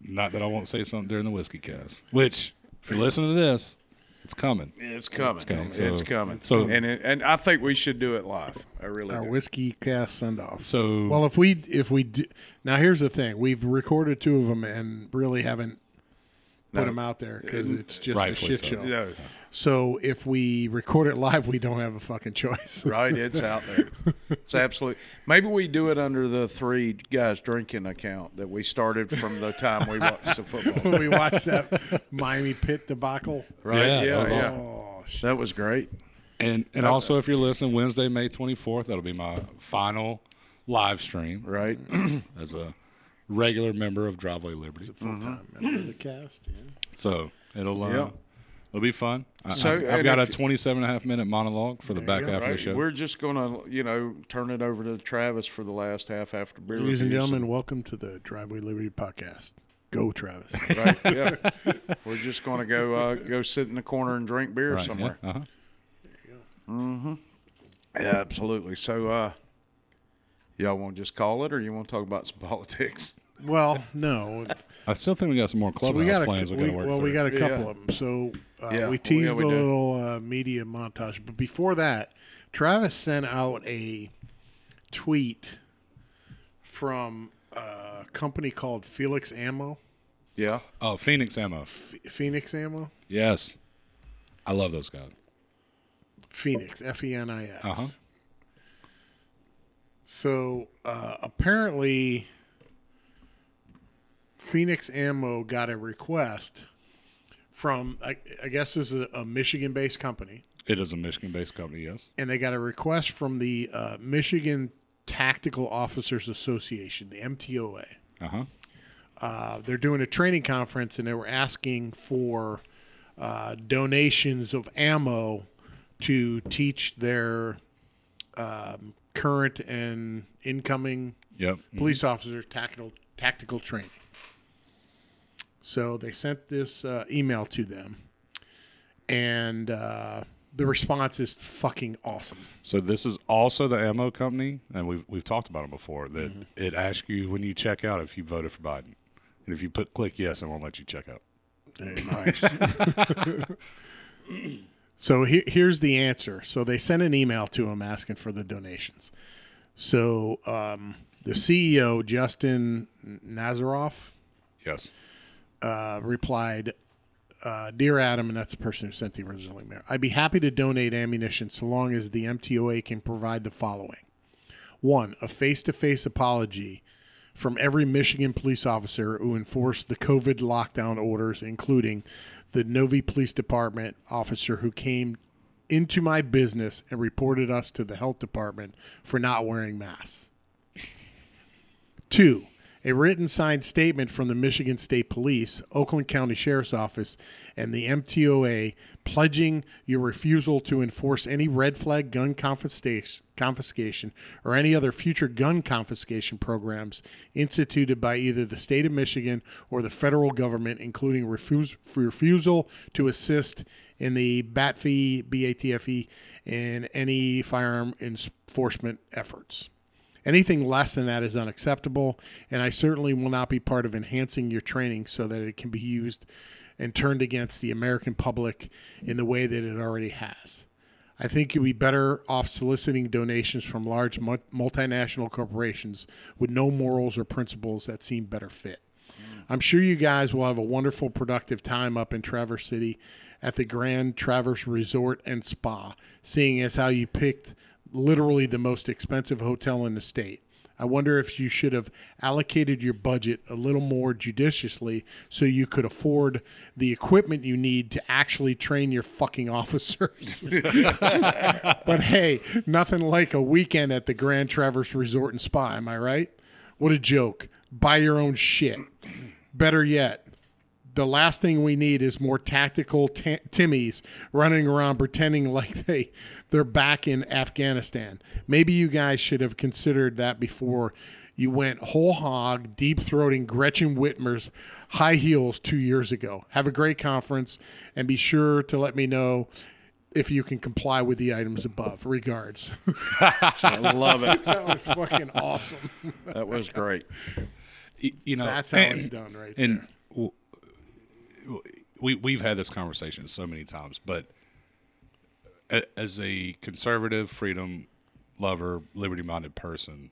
Speaker 2: Not that I won't say something during the whiskey cast, which if you're listening to this, it's coming.
Speaker 1: It's coming. It's coming.
Speaker 2: coming, so- so-
Speaker 1: and it, and I think we should do it live. I really
Speaker 3: Our
Speaker 1: do.
Speaker 3: whiskey cast send off.
Speaker 2: So
Speaker 3: Well, if we if we do, now here's the thing: we've recorded two of them and really haven't put
Speaker 1: No.
Speaker 3: them out there because it's just a
Speaker 2: Mm-hmm. Rightfully
Speaker 3: shit
Speaker 2: so.
Speaker 3: show.
Speaker 1: Yeah,
Speaker 3: So if we record it live, we don't have a fucking choice.
Speaker 1: right. It's out there. It's absolute. Maybe we do it under the three guys drinking account that we started from the time we watched the football.
Speaker 3: when we watched that Miami Pit debacle.
Speaker 1: Right?
Speaker 2: Yeah, that was
Speaker 1: yeah.
Speaker 2: awesome.
Speaker 3: Oh, sh-
Speaker 1: That was great.
Speaker 2: and and also if you're listening, Wednesday, May 24th, that'll be my final live stream
Speaker 1: Right.
Speaker 2: as a regular member of Driveway Liberty.
Speaker 3: full time member of the cast. Yeah.
Speaker 2: So it'll uh,
Speaker 1: Yeah.
Speaker 2: it'll be fun. I,
Speaker 1: So,
Speaker 2: I've, I've
Speaker 1: and
Speaker 2: got a
Speaker 1: if-
Speaker 2: 27 and a half minute monologue for the back half of the
Speaker 1: Right.
Speaker 2: show.
Speaker 1: We're just gonna, you know, turn it over to Travis for the last half after beer.
Speaker 3: Ladies and
Speaker 1: reviews.
Speaker 3: gentlemen, welcome to the Driveway Liberty podcast. Go, Travis.
Speaker 1: Right. Yeah. We're just gonna go uh, go sit in the corner and drink beer
Speaker 2: Right, yeah,
Speaker 1: somewhere.
Speaker 2: uh-huh.
Speaker 1: Yeah, absolutely. So, uh, y'all want to just call it, or you want to talk about some politics?
Speaker 3: well, no,
Speaker 2: I still think we got some more clubhouse
Speaker 3: we got a,
Speaker 2: plans we got
Speaker 3: we,
Speaker 2: to work
Speaker 3: well,
Speaker 2: through.
Speaker 3: we got a couple
Speaker 1: Yeah.
Speaker 3: of them. So uh,
Speaker 1: Yeah,
Speaker 3: we
Speaker 1: well,
Speaker 3: teased
Speaker 1: yeah, we
Speaker 3: a
Speaker 1: do.
Speaker 3: little uh, media montage, but before that, Travis sent out a tweet from a company called Felix Ammo,
Speaker 1: Yeah.
Speaker 2: oh, Phoenix Ammo.
Speaker 3: F- Phoenix Ammo,
Speaker 2: Yes, I love those guys.
Speaker 3: Phoenix, F E N I X.
Speaker 2: Uh-huh.
Speaker 3: So uh, apparently, Phoenix Ammo got a request from, I, I guess, this is a, a Michigan-based company,
Speaker 2: It is a Michigan-based company. Yes.
Speaker 3: and they got a request from the uh, Michigan Tactical Officers Association, the MTOA.
Speaker 2: Uh huh.
Speaker 3: Uh, they're doing a training conference, and they were asking for uh, donations of ammo to teach their um, current and incoming
Speaker 2: Yep.
Speaker 3: police officers tactical tactical training. So they sent this uh, email to them, and uh, the response is fucking awesome.
Speaker 2: So this is also the ammo company, and we've we've talked about them before. That
Speaker 3: Mm-hmm.
Speaker 2: it asks you when you check out if you voted for Biden, and if you put click yes, it won't let you check out.
Speaker 3: nice. so he- here's the answer. So they sent an email to him asking for the donations. So um, the CEO Justin Nazaroff
Speaker 2: Yes.
Speaker 3: uh, replied, uh, "Dear Adam, and that's the person who sent the original email. I'd be happy to donate ammunition so long as the MTOA can provide the following: one, a face-to-face apology from every Michigan police officer who enforced the COVID lockdown orders, including the Novi Police Department officer who came." Into my business and reported us to the health department for not wearing masks. Two, a written signed statement from the Michigan State Police, Oakland County Sheriff's Office, and the MTOA pledging your refusal to enforce any red flag gun confisca- confiscation or any other future gun confiscation programs instituted by either the state of Michigan or the federal government, including refuse- refusal to assist in the BATFE, BATFE, E, and any firearm enforcement efforts. Anything less than that is unacceptable, and I certainly will not be part of enhancing your training so that it can be used and turned against the American public in the way that it already has. I think you'll be better off soliciting donations from large mu- multinational corporations with no morals or principles that seem better fit. I'm sure you guys will have a wonderful, productive time up in Traverse City at the Grand Traverse Resort and Spa, seeing as how you picked literally the most expensive hotel in the state. I wonder if you should have allocated your budget a little more judiciously so you could afford the equipment you need to actually train your fucking officers. but hey, nothing like a weekend at the Grand Traverse Resort and Spa, am I right? What a joke. Buy your own shit. Better yet, the last thing we need is more tactical t- Timmies running around pretending like they they're back in Afghanistan. Maybe you guys should have considered that before you went whole hog deep throating Gretchen Whitmer's high heels two years ago. Have a great conference and be sure to let me know if you can comply with the items above. Regards.
Speaker 1: I love it.
Speaker 3: that was fucking awesome.
Speaker 1: That was great.
Speaker 2: Y- You know,
Speaker 3: That's how
Speaker 2: and-
Speaker 3: it's done, right? there.
Speaker 2: and w- w- we we've had this conversation so many times, but a- as a conservative, freedom lover, liberty-minded person,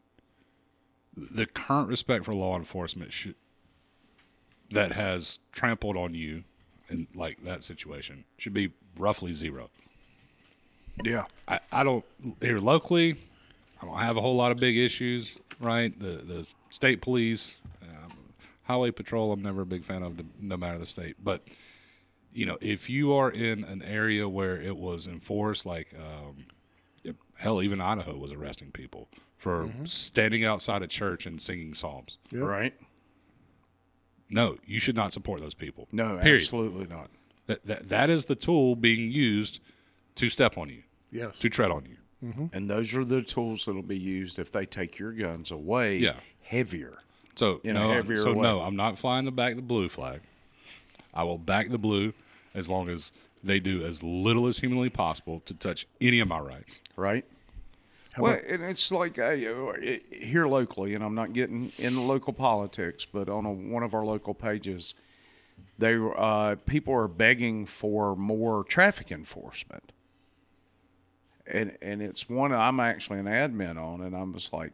Speaker 2: the current respect for law enforcement should, that has trampled on you in like that situation should be roughly zero.
Speaker 1: Yeah.
Speaker 2: I, I don't here locally. I don't have a whole lot of big issues, right? The the state police, um, highway patrol. I'm never a big fan of, no matter the state. But you know, if you are in an area where it was enforced, like um, yep, hell, even Idaho was arresting people for standing outside a church and singing psalms.
Speaker 1: Right?
Speaker 2: No, you should not support those people.
Speaker 1: No,
Speaker 2: period.
Speaker 1: absolutely not.
Speaker 2: That, that that is the tool being used to step on you,
Speaker 3: yes.
Speaker 2: to tread on you.
Speaker 1: And those are the tools that'll be used if they take your guns away
Speaker 2: Yeah.
Speaker 1: heavier.
Speaker 2: So
Speaker 1: in a
Speaker 2: no,
Speaker 1: heavier
Speaker 2: so
Speaker 1: way.
Speaker 2: no, I'm not flying the back the blue flag. I will back the blue as long as they do as little as humanly possible to touch any of my rights.
Speaker 1: right? well, and it's like uh, you know, it, here locally, and I'm not getting in local politics, but on a, one of our local pages, they were, uh, people are begging for more traffic enforcement, and and it's one I'm actually an admin on, and I'm just like,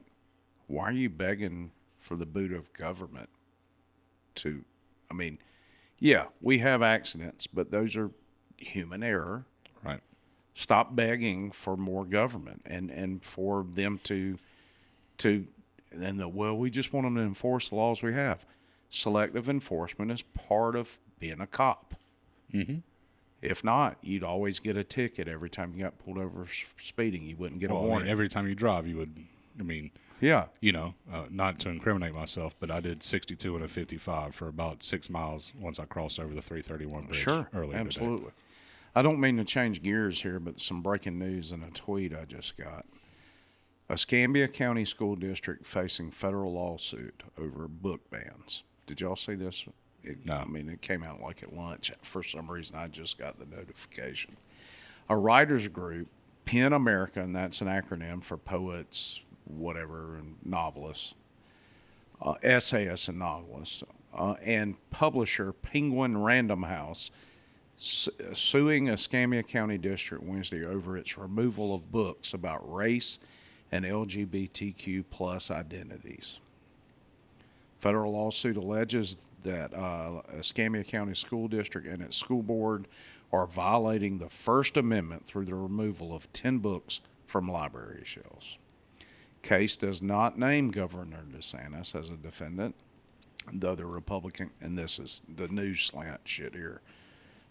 Speaker 1: why are you begging for the boot of government? To, I mean, yeah, we have accidents, but those are human error
Speaker 2: Right.
Speaker 1: stop begging for more government and and for them to to and the well we just want them to enforce the laws we have selective enforcement is part of being a cop
Speaker 2: Mm-hmm.
Speaker 1: if not you'd always get a ticket every time you got pulled over for speeding you wouldn't get
Speaker 2: Well, Oh,
Speaker 1: a
Speaker 2: I mean,
Speaker 1: warning
Speaker 2: every time you drive, you would. I mean,
Speaker 1: yeah
Speaker 2: you know, uh, not to incriminate myself, but I did 62 and a 55 for about six miles once I crossed over the 331 bridge.
Speaker 1: sure
Speaker 2: Earlier Today.
Speaker 1: absolutely i don't mean to change gears here but some breaking news in a tweet i just got Escambia County School District facing federal lawsuit over book bans. Did y'all see this? It,
Speaker 2: No.
Speaker 1: I mean, it came out like at lunch. For some reason, I just got the notification. A writers group, PEN America, and that's an acronym for poets, whatever, and novelists, uh, essayists, and novelists, uh, and publisher Penguin Random House su- suing Escambia County District Wednesday over its removal of books about race and LGBTQ plus identities. Federal lawsuit alleges that uh, Escambia County School District and its school board are violating the First Amendment through the removal of 10 books from library shelves. Case does not name Governor DeSantis as a defendant, though the Republican, and this is the news slant shit here,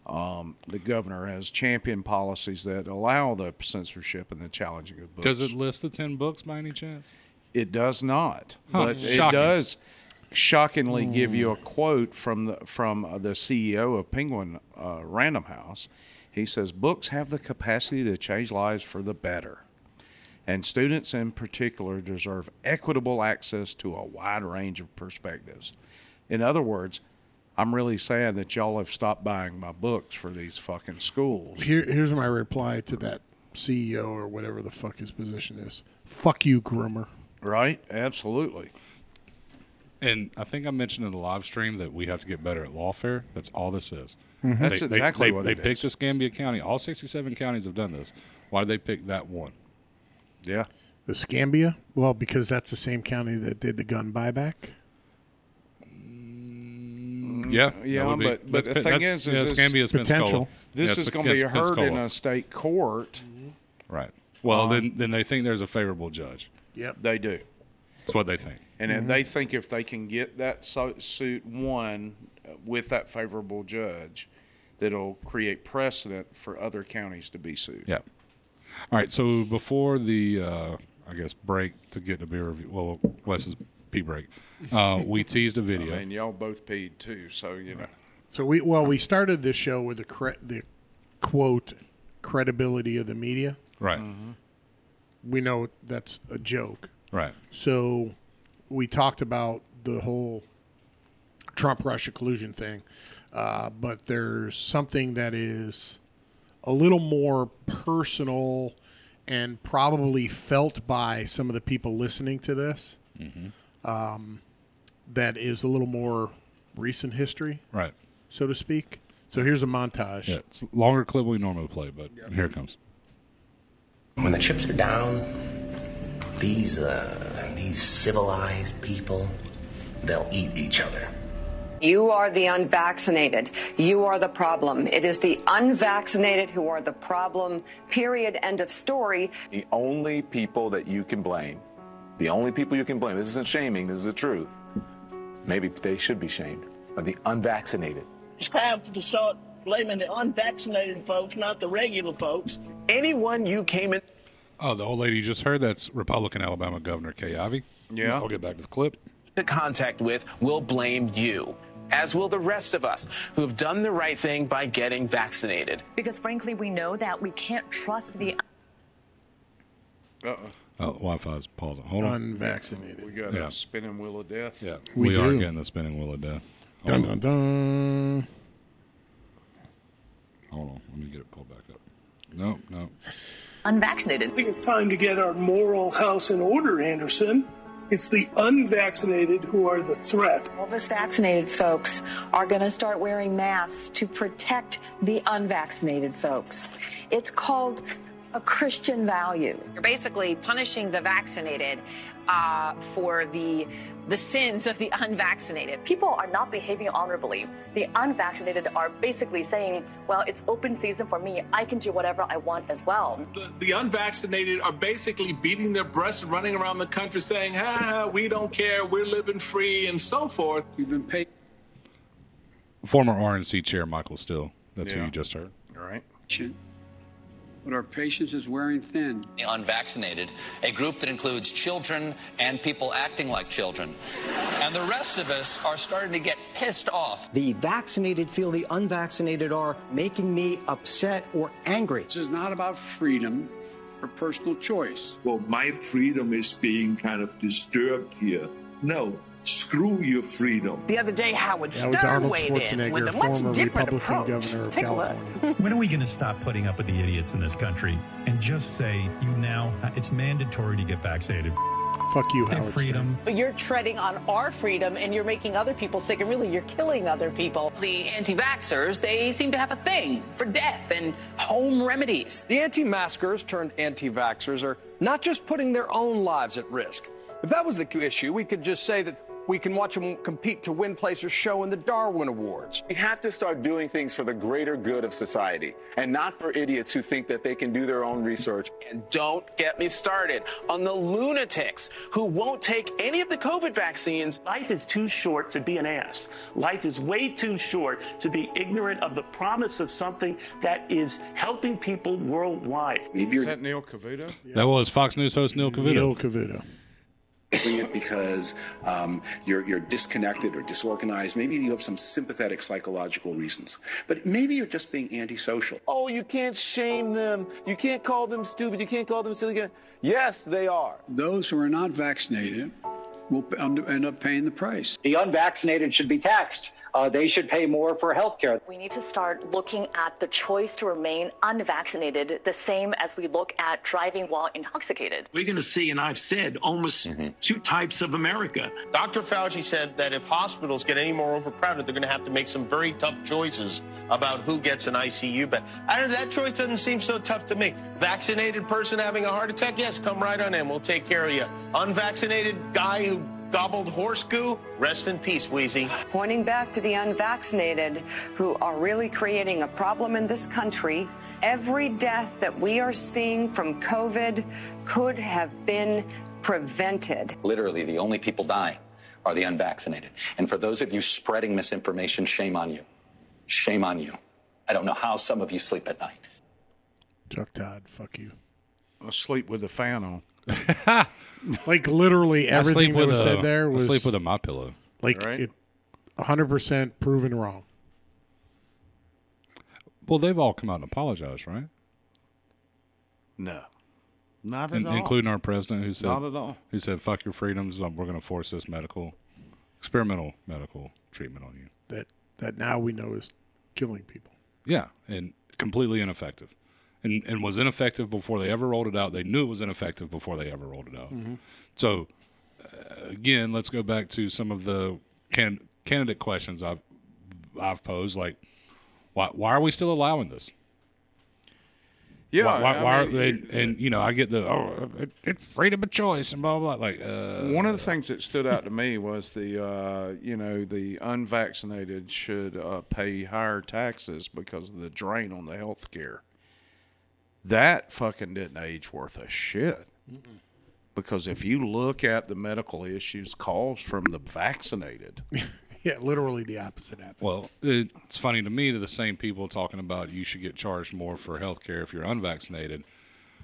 Speaker 1: Um, the governor has championed policies that allow the censorship and the challenging of books.
Speaker 2: Does it list the 10 books by any chance?
Speaker 1: It does not,
Speaker 2: Huh,
Speaker 1: but it
Speaker 2: shocking. Hmm.
Speaker 1: does shockingly give you a quote from the, from uh, the CEO of Penguin uh, Random House. He says, "Books have the capacity to change lives for the better, and students in particular deserve equitable access to a wide range of perspectives." In other words, I'm really sad that y'all have stopped buying my books for these fucking schools.
Speaker 3: Here, here's my reply to that CEO or whatever the fuck his position is. Fuck you, groomer.
Speaker 1: Right? Absolutely.
Speaker 2: And I think I mentioned in the live stream that we have to get better at lawfare. That's all this is.
Speaker 1: Mm-hmm. That's exactly
Speaker 2: they,
Speaker 1: what
Speaker 2: they
Speaker 1: it
Speaker 2: picked
Speaker 1: is.
Speaker 2: Escambia County. All 67 counties have done this. Why did they pick that one?
Speaker 1: Yeah.
Speaker 3: The Scambia? Well, because that's the same county that did the gun buyback.
Speaker 2: Yeah,
Speaker 1: Mm, yeah, um,
Speaker 2: that would be-
Speaker 1: but- but
Speaker 2: that's-
Speaker 1: the thing
Speaker 2: that's-
Speaker 1: is- is
Speaker 2: yeah,
Speaker 1: this
Speaker 2: Escambia's
Speaker 3: potential.
Speaker 2: Pensacola.
Speaker 1: This
Speaker 2: Yeah,
Speaker 1: is
Speaker 2: it's Mm-hmm.
Speaker 1: going to be heard
Speaker 2: Pens-
Speaker 1: in
Speaker 2: Pensacola.
Speaker 1: a state court.
Speaker 2: right. Well,
Speaker 1: Um,
Speaker 2: then then they think there's a favorable judge.
Speaker 3: Yep.
Speaker 1: They do.
Speaker 2: That's what they think.
Speaker 1: And if they think if they can get that so- suit won uh, with that favorable judge, that'll create precedent for other counties to be sued.
Speaker 2: Yeah. All right. So before the uh, I guess break to get the beer review. Well, Wes's pee break. Uh, we teased a video.
Speaker 1: And y'all both peed too, so you know.
Speaker 3: So we well we started this show with the cre- the quote credibility of the media.
Speaker 2: Right.
Speaker 1: mm-hmm.
Speaker 3: We know that's a joke.
Speaker 2: Right.
Speaker 3: So we talked about the whole Trump Russia collusion thing, uh, but there's something that is a little more personal and probably felt by some of the people listening to this um, that is a little more recent history,
Speaker 2: Right.
Speaker 3: so to speak. So here's a montage.
Speaker 2: Yeah. It's a longer clip we normally play, but here it comes.
Speaker 8: When the chips are down, these uh, these civilized people, they'll eat each other.
Speaker 9: You are the unvaccinated. You are the problem. It is the unvaccinated who are the problem. Period. End of story.
Speaker 10: The only people that you can blame, the only people you can blame, this isn't shaming, this is the truth. Maybe they should be shamed, are the unvaccinated.
Speaker 11: It's time to start blaming the unvaccinated folks, not the regular folks.
Speaker 8: Anyone you came in
Speaker 2: Oh, the old lady you just heard, that's Republican Alabama Governor Kay Ivey.
Speaker 1: Yeah.
Speaker 2: I'll get back to the clip.
Speaker 8: into contact with will blame you, as will the rest of us who have done the right thing by getting vaccinated.
Speaker 9: Because frankly, we know that we can't trust the
Speaker 1: Uh-uh.
Speaker 2: Oh, Wi Fi's pausing. Hold on.
Speaker 1: We
Speaker 3: Unvaccinated.
Speaker 1: got
Speaker 2: Yeah.
Speaker 1: a spinning wheel of death.
Speaker 2: Yeah. We,
Speaker 3: We
Speaker 2: are
Speaker 3: do.
Speaker 2: getting the spinning wheel of death.
Speaker 3: Dun dun dun.
Speaker 2: Hold on. Let me get it pulled back up. No, no.
Speaker 9: unvaccinated.
Speaker 11: I think it's time to get our moral house in order, Anderson. It's the unvaccinated who are the threat.
Speaker 9: All of us vaccinated folks are going to start wearing masks to protect the unvaccinated folks. It's called a Christian value. You're basically punishing the vaccinated uh, for the the sins of the unvaccinated. People are not behaving honorably. The unvaccinated are basically saying, "Well, it's open season for me. I can do whatever I want as well."
Speaker 11: The, the unvaccinated are basically beating their breasts and running around the country saying, ha, ha, we don't care, we're living free, and so forth.
Speaker 7: You've been paid.
Speaker 2: Former RNC chair Michael Still. That's who
Speaker 1: Yeah.
Speaker 2: you just heard.
Speaker 1: All right.
Speaker 7: patient, but our patience is wearing thin.
Speaker 8: The unvaccinated, a group that includes children and people acting like children. And the rest of us are starting to get pissed off.
Speaker 11: The vaccinated feel the unvaccinated are making me upset or angry.
Speaker 7: This is not about freedom or personal choice.
Speaker 11: Well, my freedom is being kind of disturbed here. No, screw your freedom.
Speaker 8: The other day, Howard
Speaker 3: That was Arnold Schwarzenegger, former Republican governor of California.
Speaker 11: When are we going to stop putting up with the idiots in this country and just say you now uh, it's mandatory to get vaccinated?
Speaker 3: Fuck you, Howard. Stern.
Speaker 11: You're treading on our freedom and you're making other people sick and really you're killing other people.
Speaker 9: The anti-vaxxers, they seem to have a thing for death and home remedies.
Speaker 11: The anti-maskers turned anti-vaxxers are not just putting their own lives at risk. If that was the issue, we could just say that we can watch them compete to win Placer's show in the Darwin Awards.
Speaker 10: We have to start doing things for the greater good of society and not for idiots who think that they can do their own research.
Speaker 8: And don't get me started on the lunatics who won't take any of the COVID vaccines.
Speaker 11: Life is too short to be an ass. Life is way too short to be ignorant of the promise of something that is helping people worldwide.
Speaker 1: Is that Neil Cavuto?
Speaker 2: That was Fox News host Neil Cavuto.
Speaker 3: Neil Cavuto.
Speaker 10: Doing it because um, you're, you're disconnected or disorganized. Maybe you have some sympathetic psychological reasons, but maybe you're just being antisocial.
Speaker 8: Oh, you can't shame them. You can't call them stupid. You can't call them silly. Yes, they are.
Speaker 7: Those who are not vaccinated will p- end up paying the price.
Speaker 11: The unvaccinated should be taxed. Uh, they should pay more for health care.
Speaker 9: We need to start looking at the choice to remain unvaccinated the same as we look at driving while intoxicated.
Speaker 11: We're going to see, and I've said, almost two types of America.
Speaker 8: Dr. Fauci said that if hospitals get any more overcrowded, they're going to have to make some very tough choices about who gets an ICU bed. I don't, that choice doesn't seem so tough to me. Vaccinated person having a heart attack, yes, come right on in. We'll take care of you. Unvaccinated guy who gobbled horse goo, rest in peace, Wheezy.
Speaker 9: Pointing back to the unvaccinated who are really creating a problem in this country, every death that we are seeing from COVID could have been prevented.
Speaker 8: Literally, the only people dying are the unvaccinated. And for those of you spreading misinformation, shame on you. Shame on you. I don't know how some of you sleep at night.
Speaker 3: Chuck Todd. Fuck you.
Speaker 1: I'll sleep with a fan on.
Speaker 3: Like literally
Speaker 2: I
Speaker 3: everything
Speaker 2: sleep
Speaker 3: that
Speaker 2: with
Speaker 3: was
Speaker 2: a,
Speaker 3: said there
Speaker 2: I
Speaker 3: was
Speaker 2: sleep with a my pillow.
Speaker 3: like
Speaker 1: Right.
Speaker 3: it, 100% proven wrong.
Speaker 2: Well, they've all come out and apologized, right?
Speaker 1: No, not at
Speaker 2: In,
Speaker 1: all.
Speaker 2: including our president, who said,
Speaker 1: Not at all.
Speaker 2: Who said, "Fuck your freedoms. um, We're going to force this medical, experimental medical treatment on you."
Speaker 3: that that now we know is killing people.
Speaker 2: Yeah, and completely ineffective, and and was ineffective before they ever rolled it out. They knew it was ineffective before they ever rolled it out.
Speaker 1: Mm-hmm.
Speaker 3: Mhm.
Speaker 2: So, uh, again, let's go back to some of the can, candidate questions I've I've posed, like why why are we still allowing this?
Speaker 1: Yeah,
Speaker 2: why, why,
Speaker 1: I
Speaker 2: why
Speaker 1: mean,
Speaker 2: are, and, and you know I get the oh it, it's freedom of choice and blah blah, blah. like uh,
Speaker 1: One of the things that stood out to me was the, uh, you know, the unvaccinated should uh, pay higher taxes because of the drain on the health care. That fucking didn't age worth a shit. Because if you look at the medical issues caused from the vaccinated,
Speaker 3: Yeah, literally the opposite happened.
Speaker 2: Well, it's funny to me that the same people talking about you should get charged more for health care if you're unvaccinated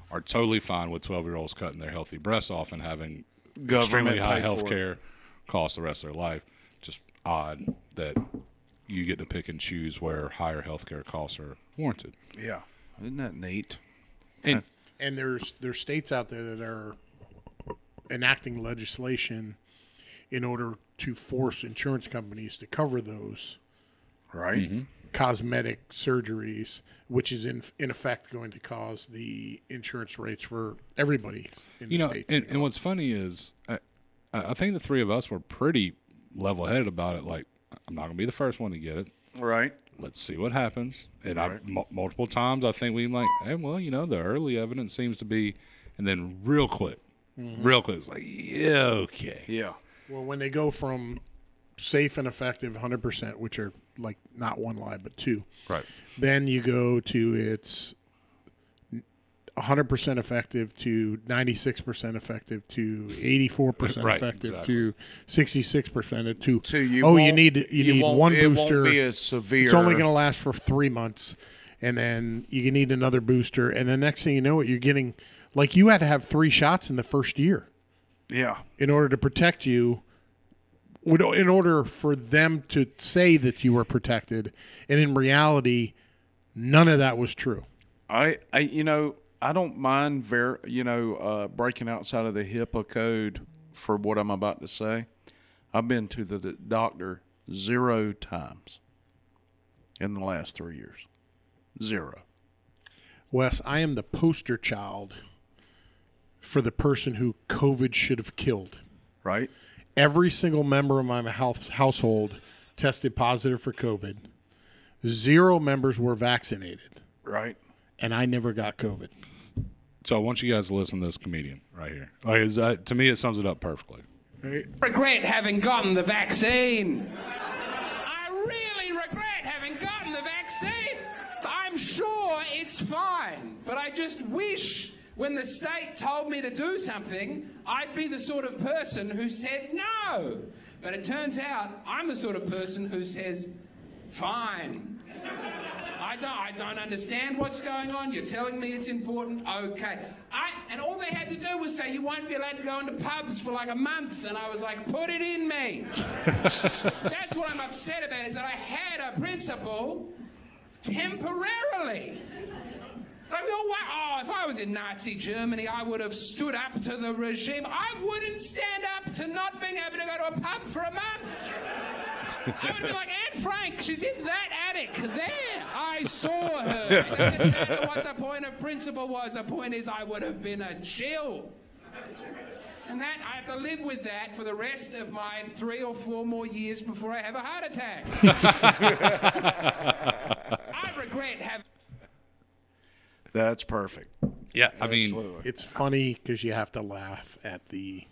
Speaker 2: are totally fine with 12 year olds cutting their healthy breasts off and having
Speaker 1: Government
Speaker 2: extremely high
Speaker 1: paid for
Speaker 2: health
Speaker 1: it.
Speaker 2: care costs the rest of their life. Just odd that you get to pick and choose where higher health care costs are warranted.
Speaker 1: yeah, isn't that neat?
Speaker 2: And
Speaker 3: and there's there's states out there that are enacting legislation in order to force insurance companies to cover those
Speaker 1: right
Speaker 3: cosmetic surgeries which is in in effect going to cause the insurance rates for everybody in
Speaker 2: you
Speaker 3: the
Speaker 2: know,
Speaker 3: states
Speaker 2: and, and what's funny is I, I I think the three of us were pretty level headed about it. Like, I'm not going to be the first one to get it.
Speaker 1: Right.
Speaker 2: Let's see what happens. And I,
Speaker 1: Right.
Speaker 2: m- multiple times, I think we like, hey, well, you know, the early evidence seems to be, and then real quick,
Speaker 3: Mhm.
Speaker 2: real quick, it's like, yeah, okay,
Speaker 1: Mm-hmm. yeah.
Speaker 3: well when they go from safe and effective 100% which are like not one lie but two
Speaker 2: Right.
Speaker 3: Then you go to it's 100% effective to 96% effective to 84%
Speaker 1: Right,
Speaker 3: effective
Speaker 1: exactly.
Speaker 3: to 66% to
Speaker 1: So you
Speaker 3: oh you
Speaker 1: won't-
Speaker 3: need you,
Speaker 1: you
Speaker 3: need
Speaker 1: won't-
Speaker 3: one
Speaker 1: it won't
Speaker 3: booster
Speaker 1: be as severe.
Speaker 3: it's only going to last for 3 months and then you need another booster and the next thing you know it you're getting like you had to have 3 shots in the first year
Speaker 1: Yeah.
Speaker 3: in order to protect you would in order for them to say that you were protected and in reality none of that was true
Speaker 1: I, I you know, I don't mind ver- you know, uh, breaking outside of the HIPAA code for what I'm about to say. I've been to the d- doctor zero times in the last three years. Zero.
Speaker 3: wes i am the poster child for the person who covid should have killed
Speaker 1: right
Speaker 3: every single member of my house, household tested positive for covid zero members were vaccinated
Speaker 1: right
Speaker 3: and i never got covid
Speaker 2: So I want you guys to listen to this comedian right here. Like, is that, to me, it sums it up perfectly.
Speaker 12: regret having gotten the vaccine. I really regret having gotten the vaccine. I'm sure it's fine, but I just wish when the state told me to do something, I'd be the sort of person who said no. But it turns out I'm the sort of person who says, fine. I don't, I don't understand what's going on. You're telling me it's important. Okay. I, and all they had to do was say, you won't be allowed to go into pubs for like a month. And I was like, put it in me. That's what I'm upset about is that I had a principle temporarily. Like, we all wa- oh, if I was in Nazi Germany, I would have stood up to the regime. I wouldn't stand up to not being able to go to a pub for a month. I would have been like, Anne Frank, she's in that attic there. I saw her. And it didn't matter what the point of principle was. The point is, I would have been a chill. And that, I have to live with that for the rest of my three or four more years before I have a heart attack. I regret having.
Speaker 1: That's perfect.
Speaker 2: Yeah, I mean,
Speaker 3: it's funny because you have to laugh at the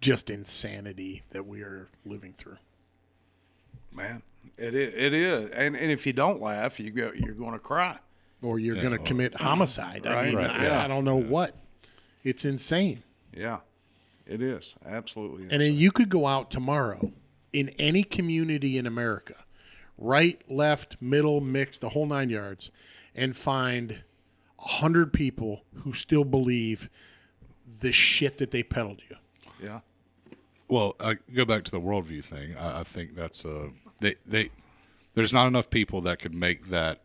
Speaker 3: just insanity that we are living through
Speaker 1: Man, it is, it is. And and if you don't laugh, you go you're going to cry.
Speaker 3: or you're
Speaker 1: Yeah,
Speaker 3: going to
Speaker 1: well-
Speaker 3: commit homicide. I
Speaker 1: Right,
Speaker 3: mean,
Speaker 1: right,
Speaker 3: I,
Speaker 1: yeah.
Speaker 3: I don't know what. It's insane.
Speaker 1: Yeah. It is. Absolutely.
Speaker 3: And then you could go out tomorrow in any community in America, right, left, middle, mixed, the whole nine yards, and find a hundred people who still believe the shit that they peddled you.
Speaker 1: Yeah.
Speaker 2: Well, I go back to the worldview thing. I, I think that's a they they. There's not enough people that could make that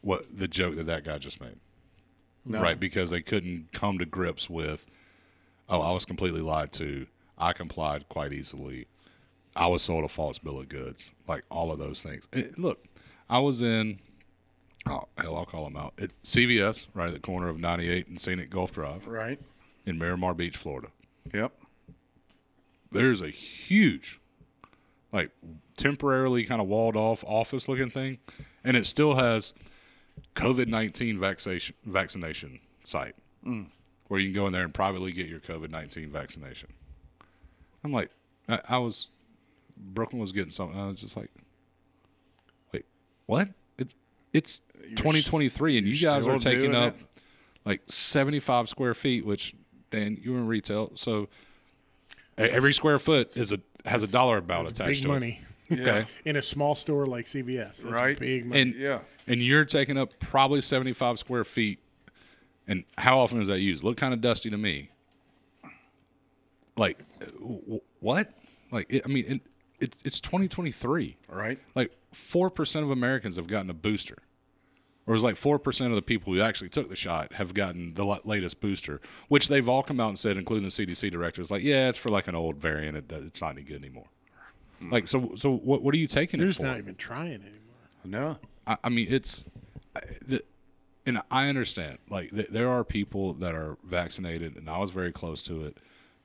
Speaker 2: what the joke that that guy just made,
Speaker 1: No.
Speaker 2: right? Because they couldn't come to grips with, oh, I was completely lied to. I complied quite easily. I was sold a false bill of goods, like all of those things. It- look, I was in, oh hell, I'll call them out at CVS, right at the corner of 98 and Scenic Gulf Drive,
Speaker 1: right
Speaker 2: in Miramar Beach, Florida.
Speaker 1: Yep.
Speaker 2: There's a huge like temporarily kind of walled off office looking thing, and it still has COVID nineteen vaccination vaccination site
Speaker 1: Mm.
Speaker 2: where you can go in there and privately get your COVID nineteen vaccination. I'm like, I, I was Brooklyn was getting something. I was just like, wait, what? It, it's 2023, and
Speaker 1: you're
Speaker 2: you guys
Speaker 1: still
Speaker 2: are taking
Speaker 1: doing
Speaker 2: up
Speaker 1: it?
Speaker 2: like 75 square feet, which Dan, you were in retail, so e- every square foot is a has a dollar amount attached
Speaker 3: Big
Speaker 2: to
Speaker 3: money.
Speaker 2: it. Okay.
Speaker 3: In a small store like CVS. That's
Speaker 1: Right.
Speaker 3: Big money.
Speaker 2: And and you're taking up probably 75 square feet. And how often is that used? Look kind of dusty to me. Like w- w- what? Like it, I mean, it, it's it's 2023,
Speaker 1: right?
Speaker 2: Like four percent of Americans have gotten a booster, or it's like four percent of the people who actually took the shot have gotten the la- latest booster, which they've all come out and said, including the CDC director, is like, yeah, it's for like an old variant. It, do- it's not any good anymore. Like so, so what? What are you taking
Speaker 3: They're
Speaker 2: it
Speaker 3: just
Speaker 2: for?
Speaker 3: not even trying anymore.
Speaker 1: No.
Speaker 2: I, I mean, it's, I- the, and I understand. Like, th- there are people that are vaccinated, and I was very close to it.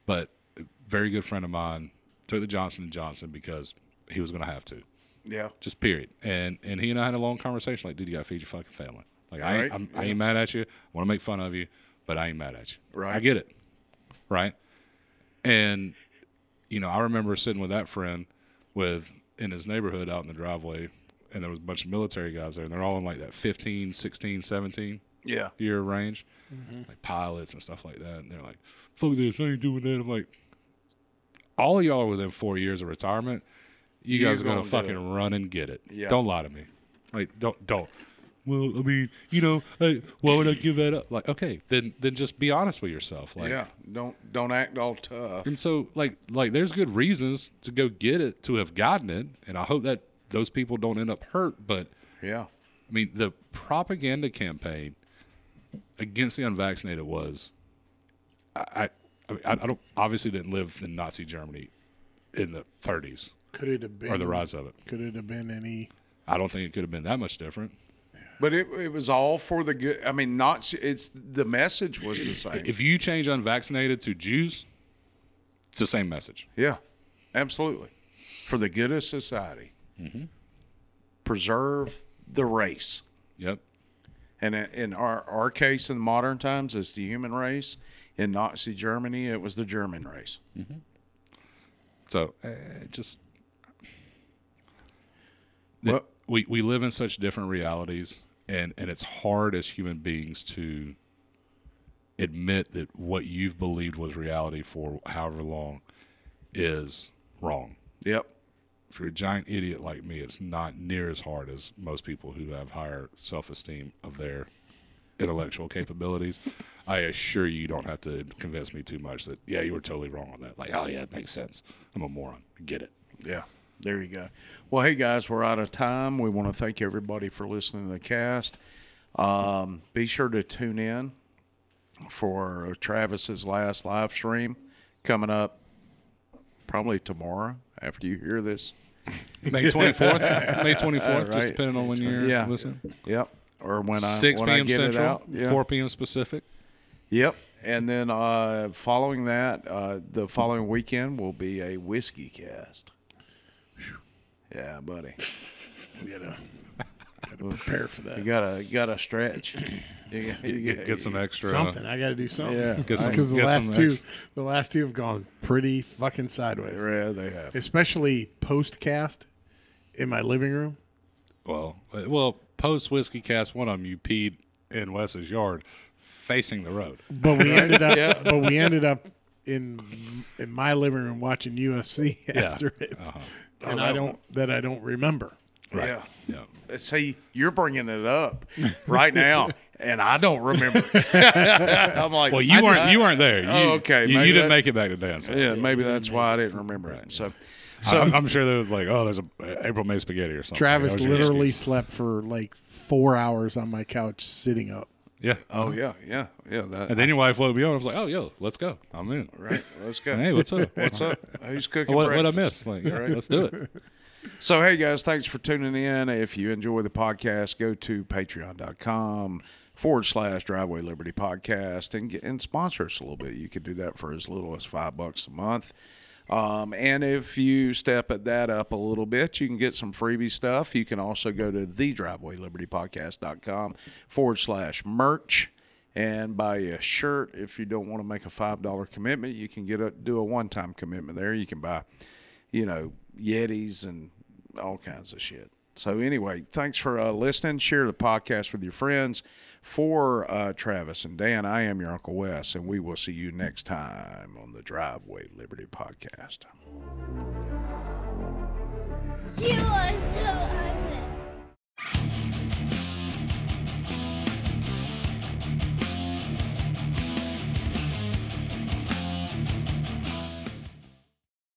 Speaker 2: But a very good friend of mine took the Johnson and Johnson because he was going to have to,
Speaker 1: Yeah.
Speaker 2: just period. And and he and I had a long conversation. Like, dude, you got to feed your fucking family. Like, I
Speaker 1: Right,
Speaker 2: ain't, I'm, I
Speaker 1: yeah.
Speaker 2: ain't mad at you. I want to make fun of you, but I ain't mad at you.
Speaker 1: Right.
Speaker 2: I get it. Right. And you know, I remember sitting with that friend with in his neighborhood out in the driveway and there was a bunch of military guys there and they're all in like that 15, 16, 17
Speaker 1: Yeah.
Speaker 2: year range.
Speaker 1: Mm-hmm.
Speaker 2: Like pilots and stuff like that. And they're like, fuck this, I ain't doing that. I'm like, all y'all are within four years of retirement. You
Speaker 1: You're
Speaker 2: guys are gonna,
Speaker 1: gonna do
Speaker 2: fucking
Speaker 1: it.
Speaker 2: run and get it.
Speaker 1: Yeah.
Speaker 2: Don't lie to me. Like don't don't. Well, I mean, you know, hey, why would I give that up? Like, okay, then then just be honest with yourself. Like
Speaker 1: yeah. Don't don't act all tough.
Speaker 2: and so, like, like there's good reasons to go get it to have gotten it, and I hope that those people don't end up hurt. But
Speaker 1: Yeah.
Speaker 2: I mean, the propaganda campaign against the unvaccinated was, I, I, I, mean, I I don't obviously didn't live in Nazi Germany in the 30s
Speaker 3: Could it have been?
Speaker 2: or the rise of it.
Speaker 3: Could it have been any?
Speaker 2: I don't think it could have been that much different.
Speaker 1: But it, it was all for the good. I mean, not it's the message was the same.
Speaker 2: If you change unvaccinated to Jews, it's the same message.
Speaker 1: Yeah, absolutely. For the good of society,
Speaker 2: Mhm.
Speaker 1: preserve the race.
Speaker 2: Yep.
Speaker 1: And i- in our, our case in modern times, it's the human race. In Nazi Germany, it was the German race.
Speaker 2: So uh, just that we we live in such different realities, and and it's hard as human beings to admit that what you've believed was reality for however long is wrong.
Speaker 1: Yep.
Speaker 2: If you're a giant idiot like me, it's not near as hard as most people who have higher self-esteem of their intellectual capabilities. I assure you, you don't have to convince me too much that yeah, you were totally wrong on that. Like, oh yeah, it makes sense. I'm a moron. Get it.
Speaker 1: Yeah. There you go. Well, hey guys, we're out of time. We want to thank everybody for listening to the cast. Um, be sure to tune in for Travis's last live stream coming up probably tomorrow after you hear this.
Speaker 2: May 24th? May 24th, just
Speaker 1: Right.
Speaker 2: depending on when you're
Speaker 1: yeah.
Speaker 2: listening.
Speaker 1: Yep. Or when I
Speaker 2: 6
Speaker 1: when
Speaker 2: p.m.
Speaker 1: I get
Speaker 2: Central,
Speaker 1: it out. Yeah.
Speaker 2: 4 p.m. Pacific.
Speaker 1: Yep. And then uh, following that, uh, the following weekend will be a whiskey cast. Yeah, buddy.
Speaker 3: We gotta, gotta prepare for that.
Speaker 1: You gotta you gotta stretch. You gotta- you
Speaker 2: Get-
Speaker 1: gotta-
Speaker 2: get some extra,
Speaker 3: Something. I gotta do something.
Speaker 1: uh, Yeah.
Speaker 2: Get some-
Speaker 3: Because the
Speaker 2: get
Speaker 3: last
Speaker 2: some
Speaker 3: two,
Speaker 2: extra-
Speaker 3: the last two have gone pretty fucking sideways.
Speaker 1: Yeah, they have.
Speaker 3: Especially postcast in my living room.
Speaker 2: Well, uh, well, post whiskey cast one of them, you peed in Wes's yard, facing the road.
Speaker 3: But we ended up.
Speaker 2: Yeah.
Speaker 3: But we ended up in in my living room watching UFC
Speaker 2: Yeah.
Speaker 3: after it,
Speaker 2: Uh-huh.
Speaker 3: and
Speaker 1: Oh,
Speaker 3: I
Speaker 1: that
Speaker 3: don't that I don't remember.
Speaker 2: Right.
Speaker 1: Yeah.
Speaker 2: Yeah.
Speaker 1: See, you're bringing it up right now, and I don't remember. I'm like,
Speaker 2: Well, you
Speaker 1: I
Speaker 2: weren't
Speaker 1: just-
Speaker 2: you weren't there. You,
Speaker 1: oh, okay.
Speaker 2: You, you
Speaker 1: maybe
Speaker 2: didn't
Speaker 1: that-
Speaker 2: make it back to dance.
Speaker 1: Yeah, maybe that's why I didn't remember it. So,
Speaker 2: So I'm, I'm sure there was like, oh, there's a uh, April May spaghetti or something.
Speaker 3: Travis
Speaker 2: That was your
Speaker 3: literally
Speaker 2: excuse.
Speaker 3: slept for like four hours on my couch sitting up.
Speaker 2: Yeah.
Speaker 1: Oh yeah, yeah, yeah. That,
Speaker 2: And then your wife woke me up. I was like, "Oh, yo, let's go. I'm in."
Speaker 1: Right. Let's go.
Speaker 2: Hey, what's up?
Speaker 1: What's up? Who's cooking
Speaker 2: What, what I
Speaker 1: breakfast?
Speaker 2: miss? Like, yeah,
Speaker 1: Right.
Speaker 2: let's do it.
Speaker 1: So, hey guys, thanks for tuning in. If you enjoy the podcast, go to patreon.com forward slash driveway liberty podcast and get and sponsor us a little bit. You can do that for as little as five bucks a month. Um, and if you step at that up a little bit, you can get some freebie stuff. You can also go to the driveway liberty podcast.com forward slash merch and buy a shirt. If you don't want to make a five dollar commitment, you can get a do a one time commitment there. You can buy you know, Yetis and all kinds of shit. So, anyway, thanks for uh, listening. Share the podcast with your friends. For uh, Travis and Dan, I am your Uncle Wes, and we will see you next time on the Driveway Liberty Podcast.
Speaker 13: You